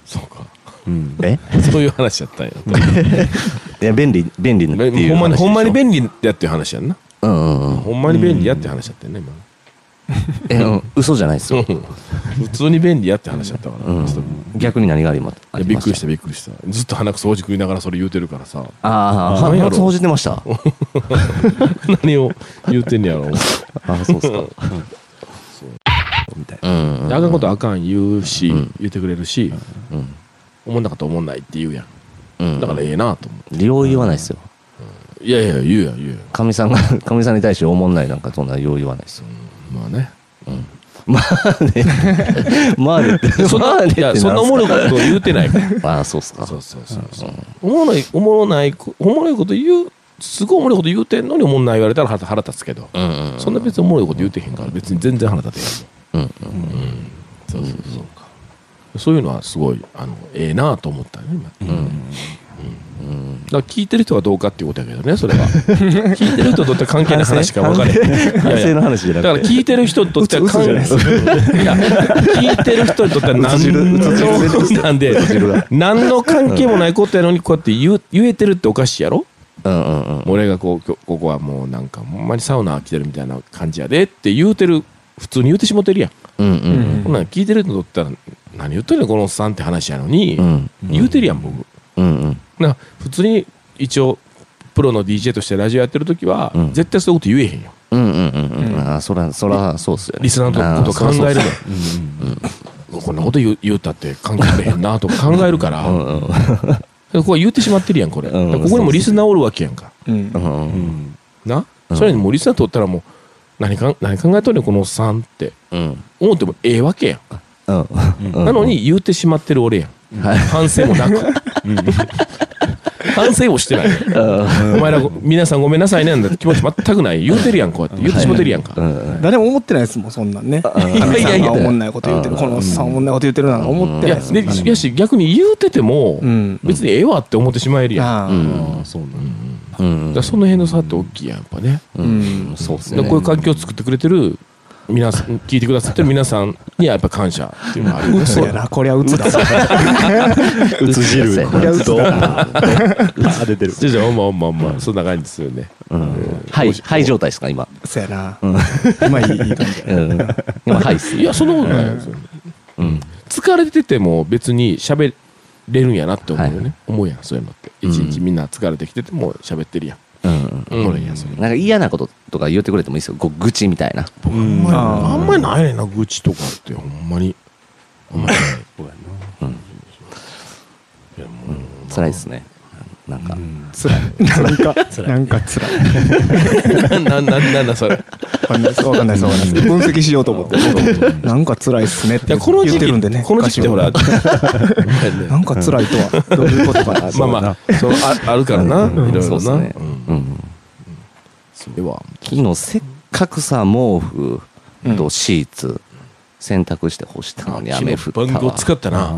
S1: そうか
S2: え
S1: そういう話やったんや
S2: *laughs* いや便利便利っていう話でしょ
S1: ほんまにほんまに便利やっていう話やんな
S2: うんうんうん
S1: ほんまに便利やって話やったよね今
S2: えうん嘘じゃないですよ、
S1: *laughs* 普通に便利やって話やったから、
S2: うん
S1: ちょっ
S2: 逆に何がありま
S1: と
S2: あ
S1: いや
S2: り
S1: びっ
S2: ま
S1: くりし
S2: した
S1: びっくりしたずっと鼻くそほじくりながらそれ言うてるから
S2: *laughs*
S1: さ
S2: たああ
S1: 何やろ
S2: 鼻つほじってました
S1: 何を言うてんねやろ思って
S2: *laughs* あそうっすか
S3: みたい
S2: うんうん
S1: であかんことあかん言うし、言ってくれるし、
S2: うん
S1: おもんなかったらおもんないって言うやん
S2: うん
S1: だからええなと思
S2: よう言わないですよ
S1: ういやいや言うやん言うやん
S2: かみさんが *laughs* かみさんに対しておもんないなんかそんなよう言わないですよ
S1: まあ
S2: *laughs*
S1: ね
S2: ま
S1: *laughs*
S2: あねまあねって
S1: そんな、
S2: まあねっ
S1: い
S2: て
S1: やそんなおもろいこと言うてないから
S2: ああそうっすか
S1: そうそうそうそうおもろいおもろないこおもろいこと言うすごいおもろいこと言うてんのにおもんない言われたら腹腹立つけど、
S2: うんうん
S1: そんな別におもろいこと言うてへんから別に全然腹立てへ
S2: うんうん
S1: んもん、そうそうそうかそういうのはすごいあのええなと思ったね今だから聞いてる人はどうかっていうことやけどねそれ
S2: *laughs*
S1: は聞いてる人にとっては関係ない話か分かれへんいやいや
S2: 男性の話じゃ
S1: だ
S2: な
S1: か
S2: く
S1: ら
S2: て
S1: 聞いてる人にとっては関係ないや聞いてる人にとっては
S2: うつ
S1: 何
S2: 汁うつ汁
S1: のなんで何の関係もないことやのにこうやって言う言えてるっておかしいやろ
S2: うんうんうん
S1: 俺がこうきょここはもうなんかほんまにサウナ来てるみたいな感じやでって言うてる普通に言うてしもてるやん、
S2: うんうん
S1: こんなん聞いてる人にとっては何言ってんのこのおっさんって話やのに、
S2: うん
S1: 言うてるやん僕
S2: うんうん
S1: な普通に一応プロの DJ としてラジオやってる時は、
S2: うん
S1: 絶対そういうこと言えへんよ
S2: うんうんうんうんああそらそらそうっすよね
S1: リスナーのことを考える
S2: あ
S1: の
S2: あそうそうそう
S1: うんこんなこと言う言うたって関係あれへんなとか考えるから、
S2: うんうん
S1: ここは言ってしまってるやんこれ、
S2: うん
S1: だからここにもリスナーおるわけやんか
S4: うん
S2: う。んうん
S1: な、それにもうリスナーとったらもう何か何考えとんねんこのおっさんって
S2: うん
S1: 思ってもええわけやん、
S2: うんうん
S1: なのに言うてしまってる俺やん、反省もなく反省もしてないお前らご皆さんごめんなさいねなんて気持ち全くない言うてるやんこうやって言うてしまってるやんか、
S4: 誰も思ってないですもん、そんなんね。い
S1: やいやいや
S4: 思んないこと言ってる。このおっさん思んないこと言ってるなんか思って
S1: い
S4: な
S1: や
S4: いですもん。
S1: でやし逆に言うてても、
S4: うん
S1: 別にええわって思ってしまえるやん、だか
S4: ああ
S3: なそうなん
S2: うん
S1: らその辺の差って大きいやんやっぱね、
S2: うんそうっす
S1: だか
S2: ね
S1: らこういう環境を作ってくれてる皆さん聞いてくださってる皆さんにはやっぱ感謝っていうのがあるよね
S4: そうやな、こりゃうつだ。
S3: うつ汁
S2: そうやな
S4: こりゃうつだ。
S3: あ出てる
S1: じゃあじゃあほんまほんまほんまそんな感じですよね
S2: はいはい状態ですか今
S4: そうやな。今いいいい感じや。
S2: うん今はいっす
S1: いやそんなことないですよね
S2: うん
S1: 疲れてても別に喋れるんやなって思うよね、
S2: はい
S1: 思うやんそういうのって一日みんな疲れてきてても喋ってるやん、
S2: うん
S1: うん、おもろいやんそれ
S2: なんか嫌なこととか言ってくれてもいいですよ。こう愚痴みたいな。
S1: あんまりないねんな愚痴とかってほんまにあんまりない
S2: 辛いですね。なんか。
S4: つらい。なんか、なんかつらい。
S1: な、な、なんだそれ。
S4: わかんないです、わかんないです、わかんないです。分析しようと思って。なんかつらいっすねっ
S1: い
S4: て
S1: や、この
S4: 言
S1: 時
S4: ってるんで
S1: 期、
S4: ね。
S1: この時期ってほら、
S4: 歌詞は *laughs* なんかつらいとは、どういうことかな。
S1: まあまあ、そう、ああるからな、いろい
S2: そう
S1: ろ
S2: っす
S1: な。
S2: ね。うん。
S1: それは、
S2: 昨日せっかくさ、毛布とシーツ、洗濯して干したのに雨降った
S1: 昨日番号
S2: わ。
S1: 使ったな。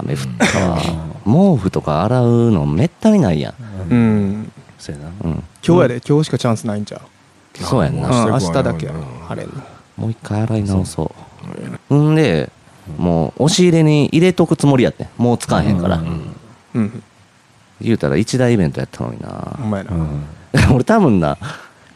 S2: 雨降ったわ。毛布とか洗うのめったにないやん。
S4: うん。
S3: そうやな
S2: うん。
S4: 今日やで、今日しかチャンスないんじゃう。
S2: そうやん
S1: う
S2: な。
S1: ん
S4: 明日だけやな、晴れんの。
S2: もう一回洗い直そう。んで、もう押し入れに入れとくつもりやってんもう使わへんから。
S4: うん。
S2: 言うたら一大イベントやったのにな。 *laughs*
S4: お前な。
S2: 俺多分な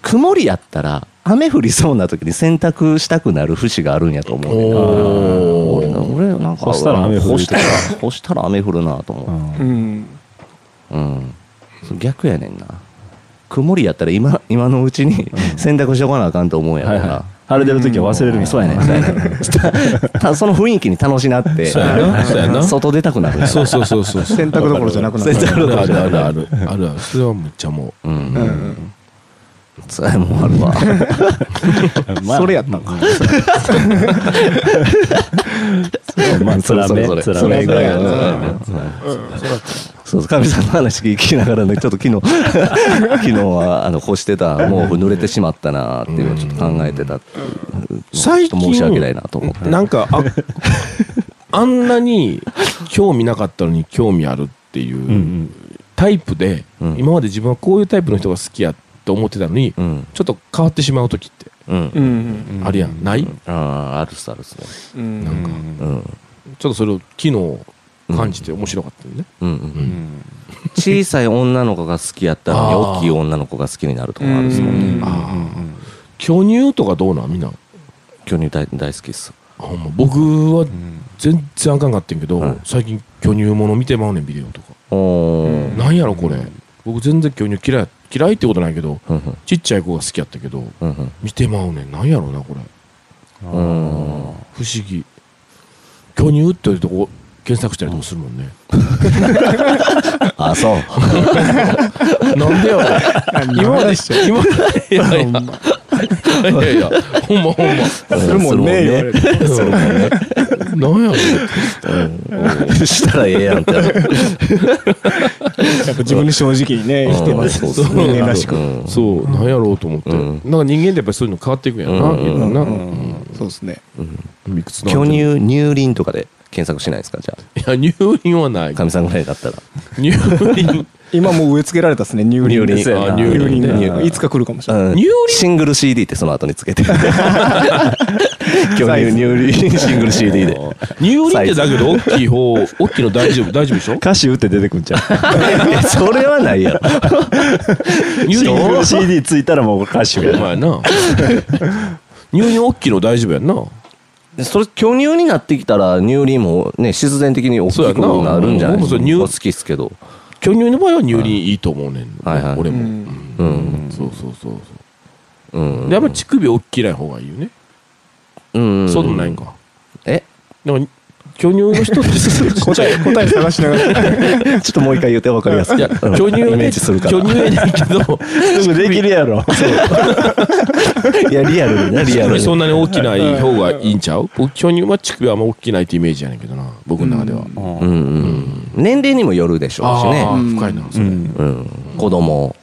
S2: 曇りやったら雨降りそうな時に洗濯したくなる節があるんやと思うねん
S1: *laughs*
S2: な
S1: お
S2: 俺な俺なんか
S3: 干したら雨降る
S2: 干したら干したら雨降るなと思
S4: うん。
S2: う、うん、そう逆やねんな曇りやったら今今のうちに洗濯しとかなあかんと思うや
S3: は
S2: ろ
S3: いう
S2: な、
S3: はい晴れてる時は忘れるん
S2: そうやねんそうやねんしたたその雰囲気に楽しなって
S1: そうやなそうやな
S2: 外出たくなるんやな
S1: そうそうそうそう。
S4: 洗濯どころじゃなくなる
S2: 洗濯
S1: ある
S2: どころ
S1: あ
S2: じ
S1: る
S2: ゃ
S1: ある
S2: な
S1: あ
S2: い
S1: るあるあるそれはむっちゃもう
S2: うん
S4: うん。
S2: それもあるわ
S4: それやったんか。
S3: まあつらめ
S2: それ
S3: つ
S2: それ
S3: ら
S2: それ
S3: めぐらいや
S2: それそれ
S3: な
S2: それそう、かみさんの話聞きながらね、ちょっと昨日、 *laughs* 昨日は、あの、干してた毛布濡れてしまったなっていうのをちょっと考えてたっていう。
S1: 最
S2: ち
S1: 近
S2: ょっと申し訳ないなと思って。
S1: なんかあ *laughs* あんなに興味なかったのに興味あるっていう、タイプで、
S2: うん
S1: 今まで自分はこういうタイプの人が好きやと思ってたのに、
S2: うん。
S1: ちょっと変わってしまう時って
S2: うん。
S4: うん
S1: あるやん、ない
S2: ああ、あるっすあるっすね。
S4: うん
S1: なんか
S2: うん。
S1: ちょっとそれを昨日感じて面白かったよね、
S2: うん
S1: う
S2: うん小さい女の子が好きやったら、
S1: あー
S2: 大きい女の子が好きになるとかあるっすもんね。
S4: うん
S1: あ巨乳とかどうなんみんな
S2: 巨乳大大好きっす。
S1: あほんま僕は全然あかんかってんけど、
S2: はい
S1: 最近巨乳もの見てまうねんビデオとか、
S2: おー。
S1: なんやろこれ僕全然巨乳嫌い嫌いってことないけど
S2: うんうん
S1: ちっちゃい子が好きやったけど
S2: うん
S1: 見てまうねんなんやろなこれ
S2: うん。うん。
S1: 不思議巨乳っていうとこ検索したりとかするもん
S2: *laughs*
S1: ね、
S2: あ、そう。
S1: なんでやろ今まで今までいやいやいやいやほんまほんま
S4: *laughs* するもんね言われて
S1: うんなんやろ
S2: したらええやんって。
S4: *laughs* やっぱ自分で正直にね生きてます
S2: うんそうそう
S4: 人間らしく
S2: うん
S1: そうなんやろうと思って、
S2: うん
S1: なんか人間ってやっぱりそういうの変わっていくんやな、
S2: うん
S1: いろんな、うん
S4: そうですね
S1: 理屈なん
S2: 巨
S1: てい
S2: 乳、乳輪とかで検索しないですかじゃ
S1: や入輪はない
S2: あ。かみさんぐらいだったら。
S1: 入輪
S4: 今もう植え付けられたですね乳輪です
S2: 乳輪
S1: あ乳
S4: 乳
S1: 輪
S4: 輪
S1: ね
S4: ねいつか来るかもしれない
S2: うん
S1: 乳輪
S2: シングル CD ってその後につけて。巨
S4: サイ
S2: 乳、
S4: ズ
S2: 乳輪、シングル CD で。
S1: 入輪ってだけど大きい方大きいの大丈夫大丈夫でしょ
S3: 歌詞打って出て
S2: *laughs*
S3: くんちゃう
S2: いやそれはないやろ。
S1: 入
S3: シング
S1: 輪
S3: ル CD ついたらもう歌詞や
S1: お前な入輪大きいの大丈夫やんな
S2: でそれ、巨乳になってきたら、乳輪もね、必然的に大きくなるんじゃ
S1: そうやなう
S2: ない
S1: ん僕もそれ乳
S2: 僕は好きっすけど。
S1: 巨乳の場合は乳輪いいと思うねん、
S2: はいはい
S1: 俺も、
S2: う
S4: う
S2: ん
S1: うんそうそうそうそう
S2: うん。
S1: であんまり乳首大きいない方がいいよね、
S2: うん
S1: そうでもないん。か
S2: え
S1: でも巨乳の人って
S2: *laughs*
S1: ちっちゃ
S4: 答
S1: い
S4: え答え探しながら
S2: ちょっともう一回言ってわかりやすく。
S1: いや
S2: うん
S1: 巨乳
S2: イメー
S1: で
S2: ジするから
S1: 巨。乳やねんけど
S3: すぐできるやろ
S2: *laughs* いや、リアルにね、リアルに。
S1: そんなに大きない方がいいんちゃう僕巨乳は乳首はあんま大きないってイメージやねんけどな僕の中では、
S2: うんうん、年齢にもよるでしょう
S1: あ
S2: しね、
S1: ー深いなそれ、
S2: うん、子供、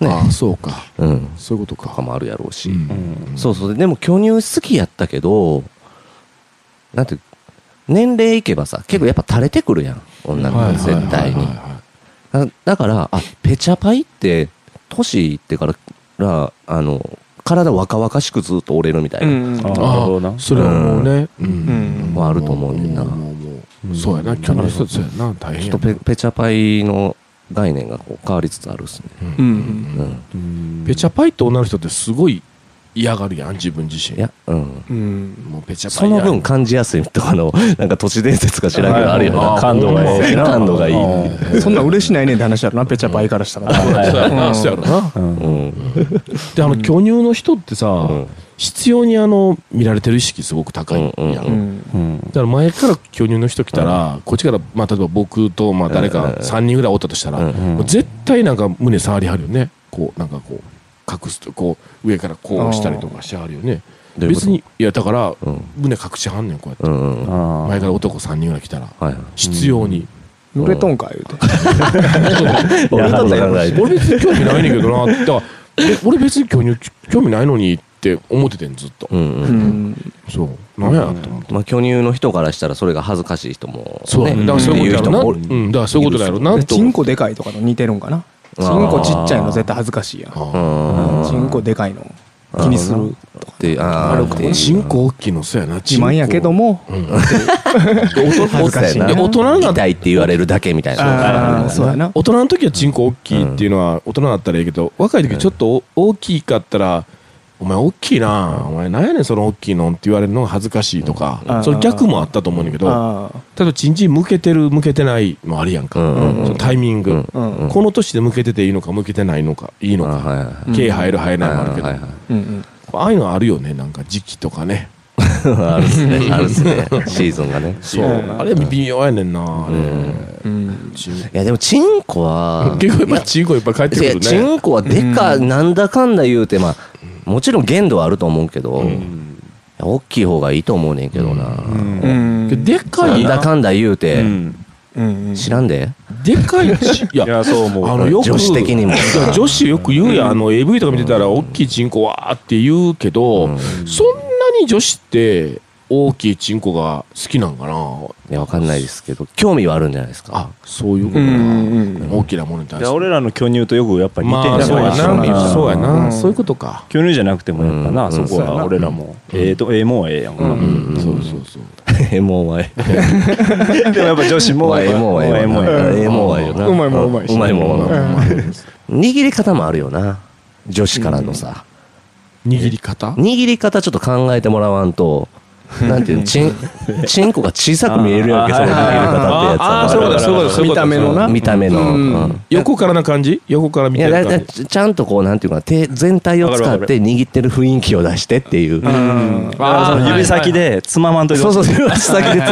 S2: ね
S1: ああそうか
S2: うん、
S1: そういうこと
S2: と
S1: か
S2: かもあるやろうし、
S1: うん
S2: そうそうでも巨乳好きやったけどなんて年齢いけばさ結構やっぱ垂れてくるやん女の子絶対
S1: はい
S2: に
S1: はいはいはい
S2: だだからあペチャパイって年いってかららあの体若々しくずっと折れるみたいな、
S4: うん
S1: Oh.
S3: あなるほど
S1: あ
S3: な
S1: あそれはもうねうん
S4: うん
S2: もあると思うねんな
S1: ももうもうそうやな巨乳一つやな大変
S2: ち
S1: や
S2: ょっと
S1: な
S2: ペペチャパイの概念がこう変わりつつあるっすね、
S4: う
S2: うんん、
S1: ペチャパイって女の人ってすごい嫌がるやん自分自身
S2: いやうん
S4: うん
S1: もうペチャパ
S2: そ
S1: イ
S2: の
S1: やん
S2: 分感じやすいとかの、 *laughs* なんか都市伝説か知らんけどあるよ
S1: あ
S2: な。
S1: ー
S2: 感度がい
S1: ほん
S2: い。
S1: ま
S2: 感度がいい。う
S4: そんなん嬉しないねんって話やろなペチャパイからしたら
S1: そうやなそうやろな
S2: うん
S1: であの巨乳の人ってさ、
S2: ん
S1: 必要にあの見られてる意識すごく高いやん、
S2: うんうんう
S4: うん
S1: だから前から巨乳の人来たら、こっちから、まあ、例えば僕とまあ誰か3人ぐらいおったとしたら、
S2: うん
S1: もう絶対なんか胸触りはるよねこうなんかこう隠すとこう上からこうしたりとかしてはるよね
S2: どういうこと
S1: 別にいやだから、
S2: ん
S1: 胸隠しはんねんこう
S2: う
S1: やって、
S2: んうん。
S1: 前から男3人ぐらい来たら
S2: はい。
S1: 必要に、 *laughs*
S4: 濡れとんか言うて
S2: 俺だったら考えて。
S1: 俺別に興味ないねんけどなだからえ俺別に巨乳興味ないのにって思っててんずっと、
S2: うんう。
S4: うんん
S1: そうなんやと思って。
S2: まあ、巨乳の人からしたらそれが恥ずかしい人も。
S1: そうだね。
S2: ね
S1: だからそういうことやろ
S2: ってい
S1: な。う
S2: う人も
S1: ん、だからそういうことだろうな
S4: で
S1: と
S4: チ
S1: 思
S4: ン
S1: う。
S4: コでかいとかと似てるんかな
S2: あ
S4: チ
S2: ー
S4: ンコちっちゃいの絶対恥ずかしいやん
S2: おる
S1: あ
S2: うん。
S4: チンコでかいの
S2: あー
S4: 気にする
S2: って、あー
S1: あるか
S2: ってい
S1: も。
S2: う
S1: チンコ大きいの、そうやな。
S4: 自慢やけど
S1: も。
S4: も
S1: うん
S2: 恥ずかしいな。
S1: いや大人にな
S2: 痛いって言われるだけみたいな。
S4: あーそうやな
S1: 大人の時はチンコ大きいっていうのは大人だったらいいけど、若い時ちょっとお大きかったら、お前大きいなお前なんやねんその大きいのって言われるのが恥ずかしいとか
S4: ん、
S1: それ逆もあったと思うんだけど、
S4: あー
S1: 例えばチンチン向けてる向けてないもあるやんか。
S2: うんうんうん
S1: そのタイミング。
S4: うんうん
S1: この年で向けてていいのか向けてないのか、いいの
S2: あー
S1: か。
S2: はいはい
S1: 毛入る入らないもある
S2: はい
S1: けど *laughs*
S2: は。いはい。
S4: うん
S1: ああいうのあるよね、なんか時期とかね。
S2: あるっすね。あるっすね。シーズンがね。
S1: そう。あれ微妙やねんな、あれ。
S4: うん
S1: チン
S2: いや、でも、チンコは。
S1: *laughs* 結構やっぱチンコいっぱい帰って
S2: い
S1: く
S2: や
S1: る
S2: チ
S1: ね。
S2: ンコはでか、なんだかんだ言うて、まあ、もちろん限度はあると思うけど、大きい方がいいと思うねんけどな。
S4: うん
S1: でか
S2: ないんだかんだ言うて、
S3: うん
S4: うんうん
S2: 知らんで
S1: でかいちいや
S3: いやそう思う
S1: あのよく
S2: 女子的にも
S1: いや女子よく言うやんあの AV とか見てたら大きいチンコわーって言うけど、そんなに女子って大きいチンコが好きなんかない
S2: やわかんないですけど興味はあるんじゃないですか
S1: あそういうこ
S4: うんう
S1: と
S4: ん
S1: か大きなものに対
S3: い
S1: して
S3: や俺らの巨乳とよくやっぱ似てん
S1: まあ
S3: ね
S1: そうや
S4: そうや
S1: な
S4: な
S1: そうやな、
S4: うん
S1: そういうことか
S3: 巨乳じゃなくてもやっぱな、
S2: うん
S3: そこは俺らも、ええとええもんはええやんか、
S1: うんそうそうそう
S2: えもうえ
S3: *laughs* でもやっぱ女子も
S2: もうえもうえ
S3: ええもんや
S2: えもうえよな
S4: うまいもんうまいし
S2: うまいもんうまい
S4: うん
S2: もん握り方もあるよな女子からのさ
S1: 握り方
S2: 握り方ちょっと考えてもらわんとなんていうのチンチンコが小さく見えるやんけ
S3: あ
S2: その握り方ってやつ
S1: ああ
S2: は
S1: そういうことそういうことそういうこと
S4: 見た目のな
S2: 見た目の
S4: うん
S2: うん
S1: 横からな感じ横から見
S2: い
S1: て
S2: や
S1: る
S2: だい
S1: 感
S2: たい
S1: じ
S2: ちゃんとこうなんていうか手全体を使って握ってる雰囲気を出してっていう
S4: うん
S3: あその指先
S1: はい
S3: でつままんといて
S2: そ
S3: ほ
S2: う
S3: し
S2: そう指
S3: *laughs*
S2: 先で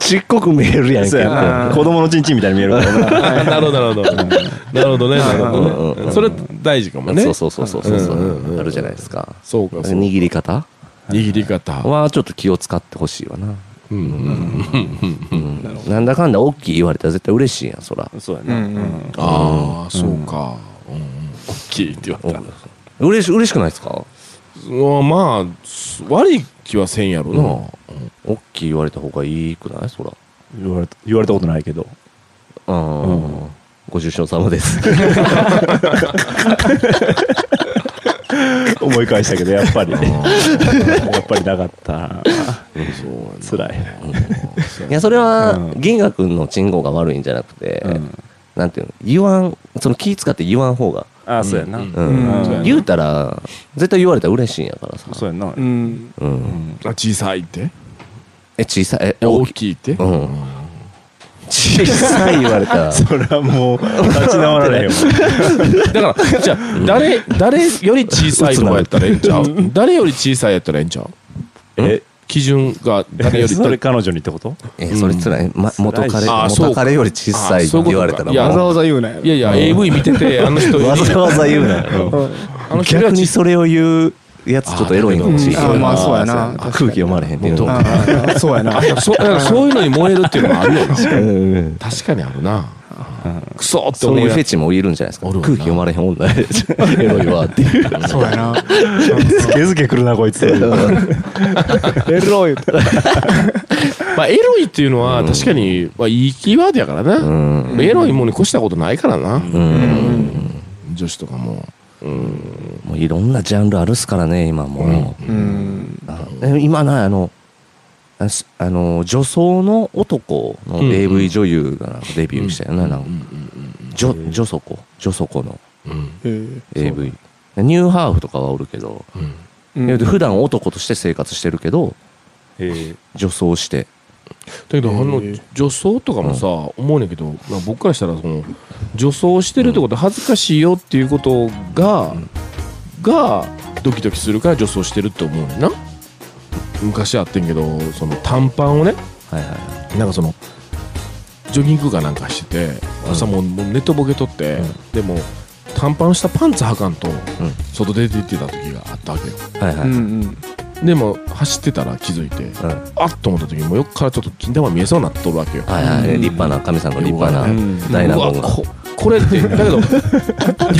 S2: ちっこく見えるやん
S3: い
S2: け
S3: そうやな子供のちんちんみたいに見えるからな
S1: はいはいなるほどなるほどなるほどねなるほど
S2: うんう
S1: ねそれ大事かもね
S2: そうそうそうそうそうそう
S1: うんうんうん
S2: あるじゃないですか
S1: そうかそう
S2: 握り方
S1: 握り方
S2: はちょっと気を使ってほしいわな
S1: うんうん
S2: うんなんだかんだ大きい言われたら絶対嬉しいやんそら
S3: *laughs* そうやな、
S4: うんうん
S3: うん
S1: ああそうかうんうん大きいって言われた
S2: 嬉し嬉しくないですか
S1: うんまあ悪い気はせんやろな
S2: 大きい言われた方がいいくないそら
S3: 言われた言われたことないけ *laughs* ど
S2: うんご愁傷様です *laughs*
S3: 思い返したけどやっぱりやっぱりなかった辛い
S2: いやそれは銀河君のチンコが悪いんじゃなくて
S3: うん
S2: なんていうの言わんその気使って言わん方が
S3: あそうやな、
S1: ん
S2: うん
S3: うん
S2: 言うたら絶対言われたら嬉しいんやからさ
S3: そうやな、
S4: うん
S2: うん
S1: あ小さいって
S2: え小さいえ
S1: 大
S2: 大きい
S1: きいって
S2: うん小さい言われた *laughs* ら
S3: それはもう立ち直ら *laughs* れへんわ
S1: だからじゃあ誰誰より小さいとかやったらええんちゃ *laughs* う誰より小さいやったらええんちゃう
S3: え
S1: 基準が誰よ
S3: え
S1: り
S3: それ彼女にってこと
S2: えそれつらい、ま、元彼
S1: あーそうか
S2: 元彼より小さいって言われたら
S1: あーそういうことかいや
S4: わ
S2: も
S4: ざわざ言うなよ
S1: いやいや AV 見ててあの人
S2: う
S1: よ
S2: わざ
S1: り
S2: わざ言うなよ
S1: あの人より
S2: 逆
S1: は
S2: に
S1: 小さ
S2: それを言うやつちょっとエロいかもしれ
S4: うんあーまあそうやな
S2: あ
S4: 確か
S2: 空
S4: に
S2: 気読まれへんっていう
S1: 元
S2: のが
S4: ああそう
S1: *laughs*
S4: やな
S1: いそだからそういうのに燃えるっていうのはあるよな
S2: うんうん
S1: 確かにあるなクソって
S2: そう
S1: 思
S2: いううフ
S1: や
S2: ェ
S1: つ
S2: チもいるんじゃないですか
S1: おる
S2: 空
S1: わな
S2: 気読まれへん女エロいわっていう
S4: そうやな
S3: ズケズケくるなこいつ
S4: エロいって
S1: まあエロいっていうのは確かにまあいいキーワードやからなエロいもんに越したことないからな女子とかも
S2: もういろんなジャンルあるっすからね今もう
S4: うん
S2: あえ今なあのあすあの女装の男の
S1: うん
S2: AV 女優がなんかデビューしたよななんか
S1: うんうん
S2: 女女祖子女祖子の
S1: うんうん
S4: えー
S2: AV ニューハーフとかはおるけど、
S1: うん
S4: うん
S2: 普段男として生活してるけど
S3: え
S2: 女装して
S1: だけど、あの女装とかもさ、思うねんけど、まあ、僕からしたらその女装してるってこと恥ずかしいよっていうことが、がドキドキするから女装してるって思うねんな昔あってんけどその短パンをね
S2: はいは
S1: なんかそのジョギングかなんかしてて朝もうもう寝とぼけとって、でも短パンしたパンツはかんと、外出て行ってた時があったわけよ
S2: いはいは
S4: う
S2: い、
S4: ん
S2: うん
S4: うん
S1: でも走ってたら気づいて、
S2: はい
S1: あっと思った時にもう横からちょっと金玉見えそうになっとるわけよ、
S2: はい、立派な神さんの立派な
S3: うん
S2: 大納
S1: うわ
S2: 言が
S1: ここれってだけ
S2: *laughs*
S1: ど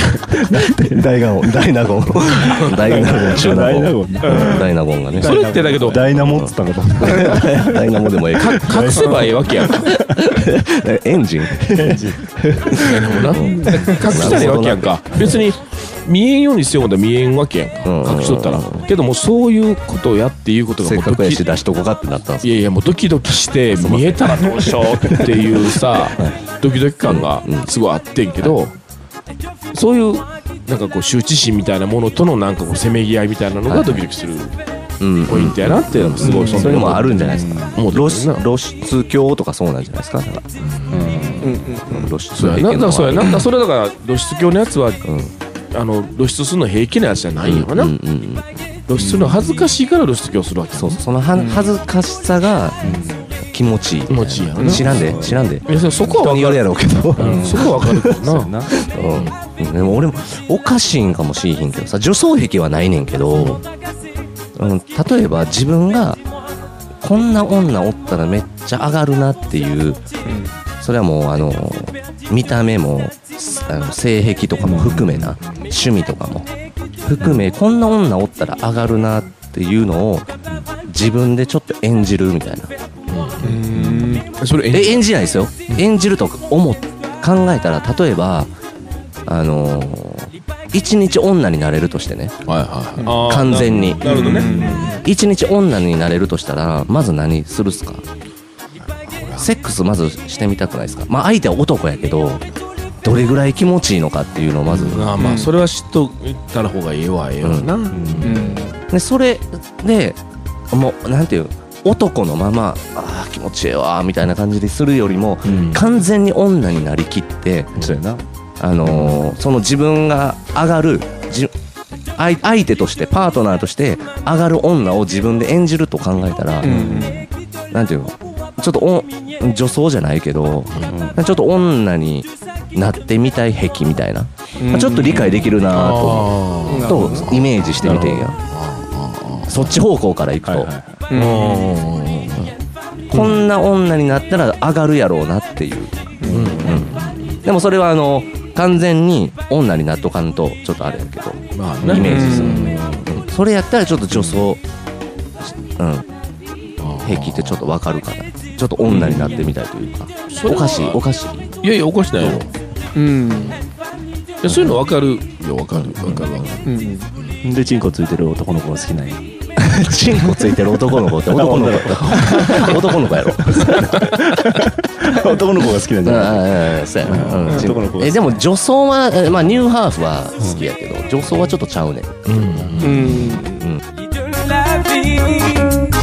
S2: 大納言大納言 *laughs* 大納
S3: *laughs*
S2: 言中納言
S3: 大納
S2: うん大納言がね
S1: それってだけど
S3: えダイナモっつったんかと思った
S2: 大納言でもええか
S1: 隠せばええわけやん
S2: *laughs*
S1: か
S2: エンジン
S1: 隠したらええわけやんか別に見えんようにしようもんだら見えんわけやんか
S2: うんうんうん
S1: 隠しとったらけどもうそういうことをやっていうことが
S2: せっ
S1: もう
S2: かく
S1: ド
S2: や
S1: キ
S2: し出しとこかってなったんです
S1: いやいやもうドキドキして見えたらどうしようっていうさドキドキ感がすごいあってんけどそういうなんかこう羞恥心みたいなものとのなんかこうせめぎ合いみたいなのがドキドキする
S2: うん
S1: ポイントやなっていうのがすごい
S2: それもあるんじゃないですか
S1: もう
S2: 露出露出鏡とかそうなんじゃないですかだからうん露出
S1: そうや
S2: でき
S1: な
S2: る
S1: んか
S2: のは
S1: そうやなんかそれだから露出狂のやつは、あの露出するの平気なやつじゃないんやろな、
S2: うんうんうん
S1: 露出するの恥ずかしいから露出狂するわけ
S2: そうそのは恥ずかしさが気持ちいい
S1: 気持ちいいやろな
S2: 知らんで知らんで
S1: いやそこは
S2: 人に
S1: 分か
S2: よる
S1: る
S2: やろうけど
S1: うんそこは分かるけどな
S3: な
S2: うん、でも俺もおかしいんかもしれへんけどさ女装癖はないねんけど、うん、例えば自分がこんな女おったらめっちゃ上がるなっていう、そそれはもうあの見た目もあの性癖とかも含めな趣味とかも含めこんな女おったら上がるなっていうのを自分でちょっと演じるみたいな
S1: それ
S2: え演じないですよ演じると思っ考えたら例えばあの一日女になれるとしてね
S1: はいはいはい
S2: 完全に
S1: なるほどね
S2: 一日女になれるとしたらまず何するっすかセックスまずしてみたくないですかまあ相手は男やけどどれぐらい気持ちいいのかっていうのをまず、
S1: まあまあそれは知っといたら方がええわええわな
S2: でそれでもうなんていう男のままあー気持ちいいわーみたいな感じでするよりも、完全に女になりきって、あのーその自分が上がるじ相相手としてパートナーとして上がる女を自分で演じると考えたら、なんていうのちょっとお女装じゃないけど、ちょっと女になってみたい癖みたいな、まあちょっと理解できるなと
S1: あ
S2: とイメージしてみてんやそっち方向からいくと、
S1: あうん
S2: こんな女になったら上がるやろうなっていう、うんでもそれはあの完全に女になっとかんとちょっとあれやけど
S1: まあね
S2: イメージするそれやったらちょっと女装うん癖ってちょっとわかるかなちょっと女になってみたいというか、
S1: それ
S2: お
S1: は
S2: かしいおかしい
S1: いやいやおかしないよ
S4: うん
S1: いやそういうの分かるよ分かる分かる分かる
S4: うん
S3: でチンコついてる男の子が好きなんや
S2: チンコついてる男の子って男の子男の子やろ
S3: *laughs* 男の子が好きなんじゃない
S2: うんそうやなうん
S3: 男の子が
S2: えでも女装は、えまあ、ニューハーフは好きやけど、女装はちょっとちゃうねん
S4: うん
S6: de la vie.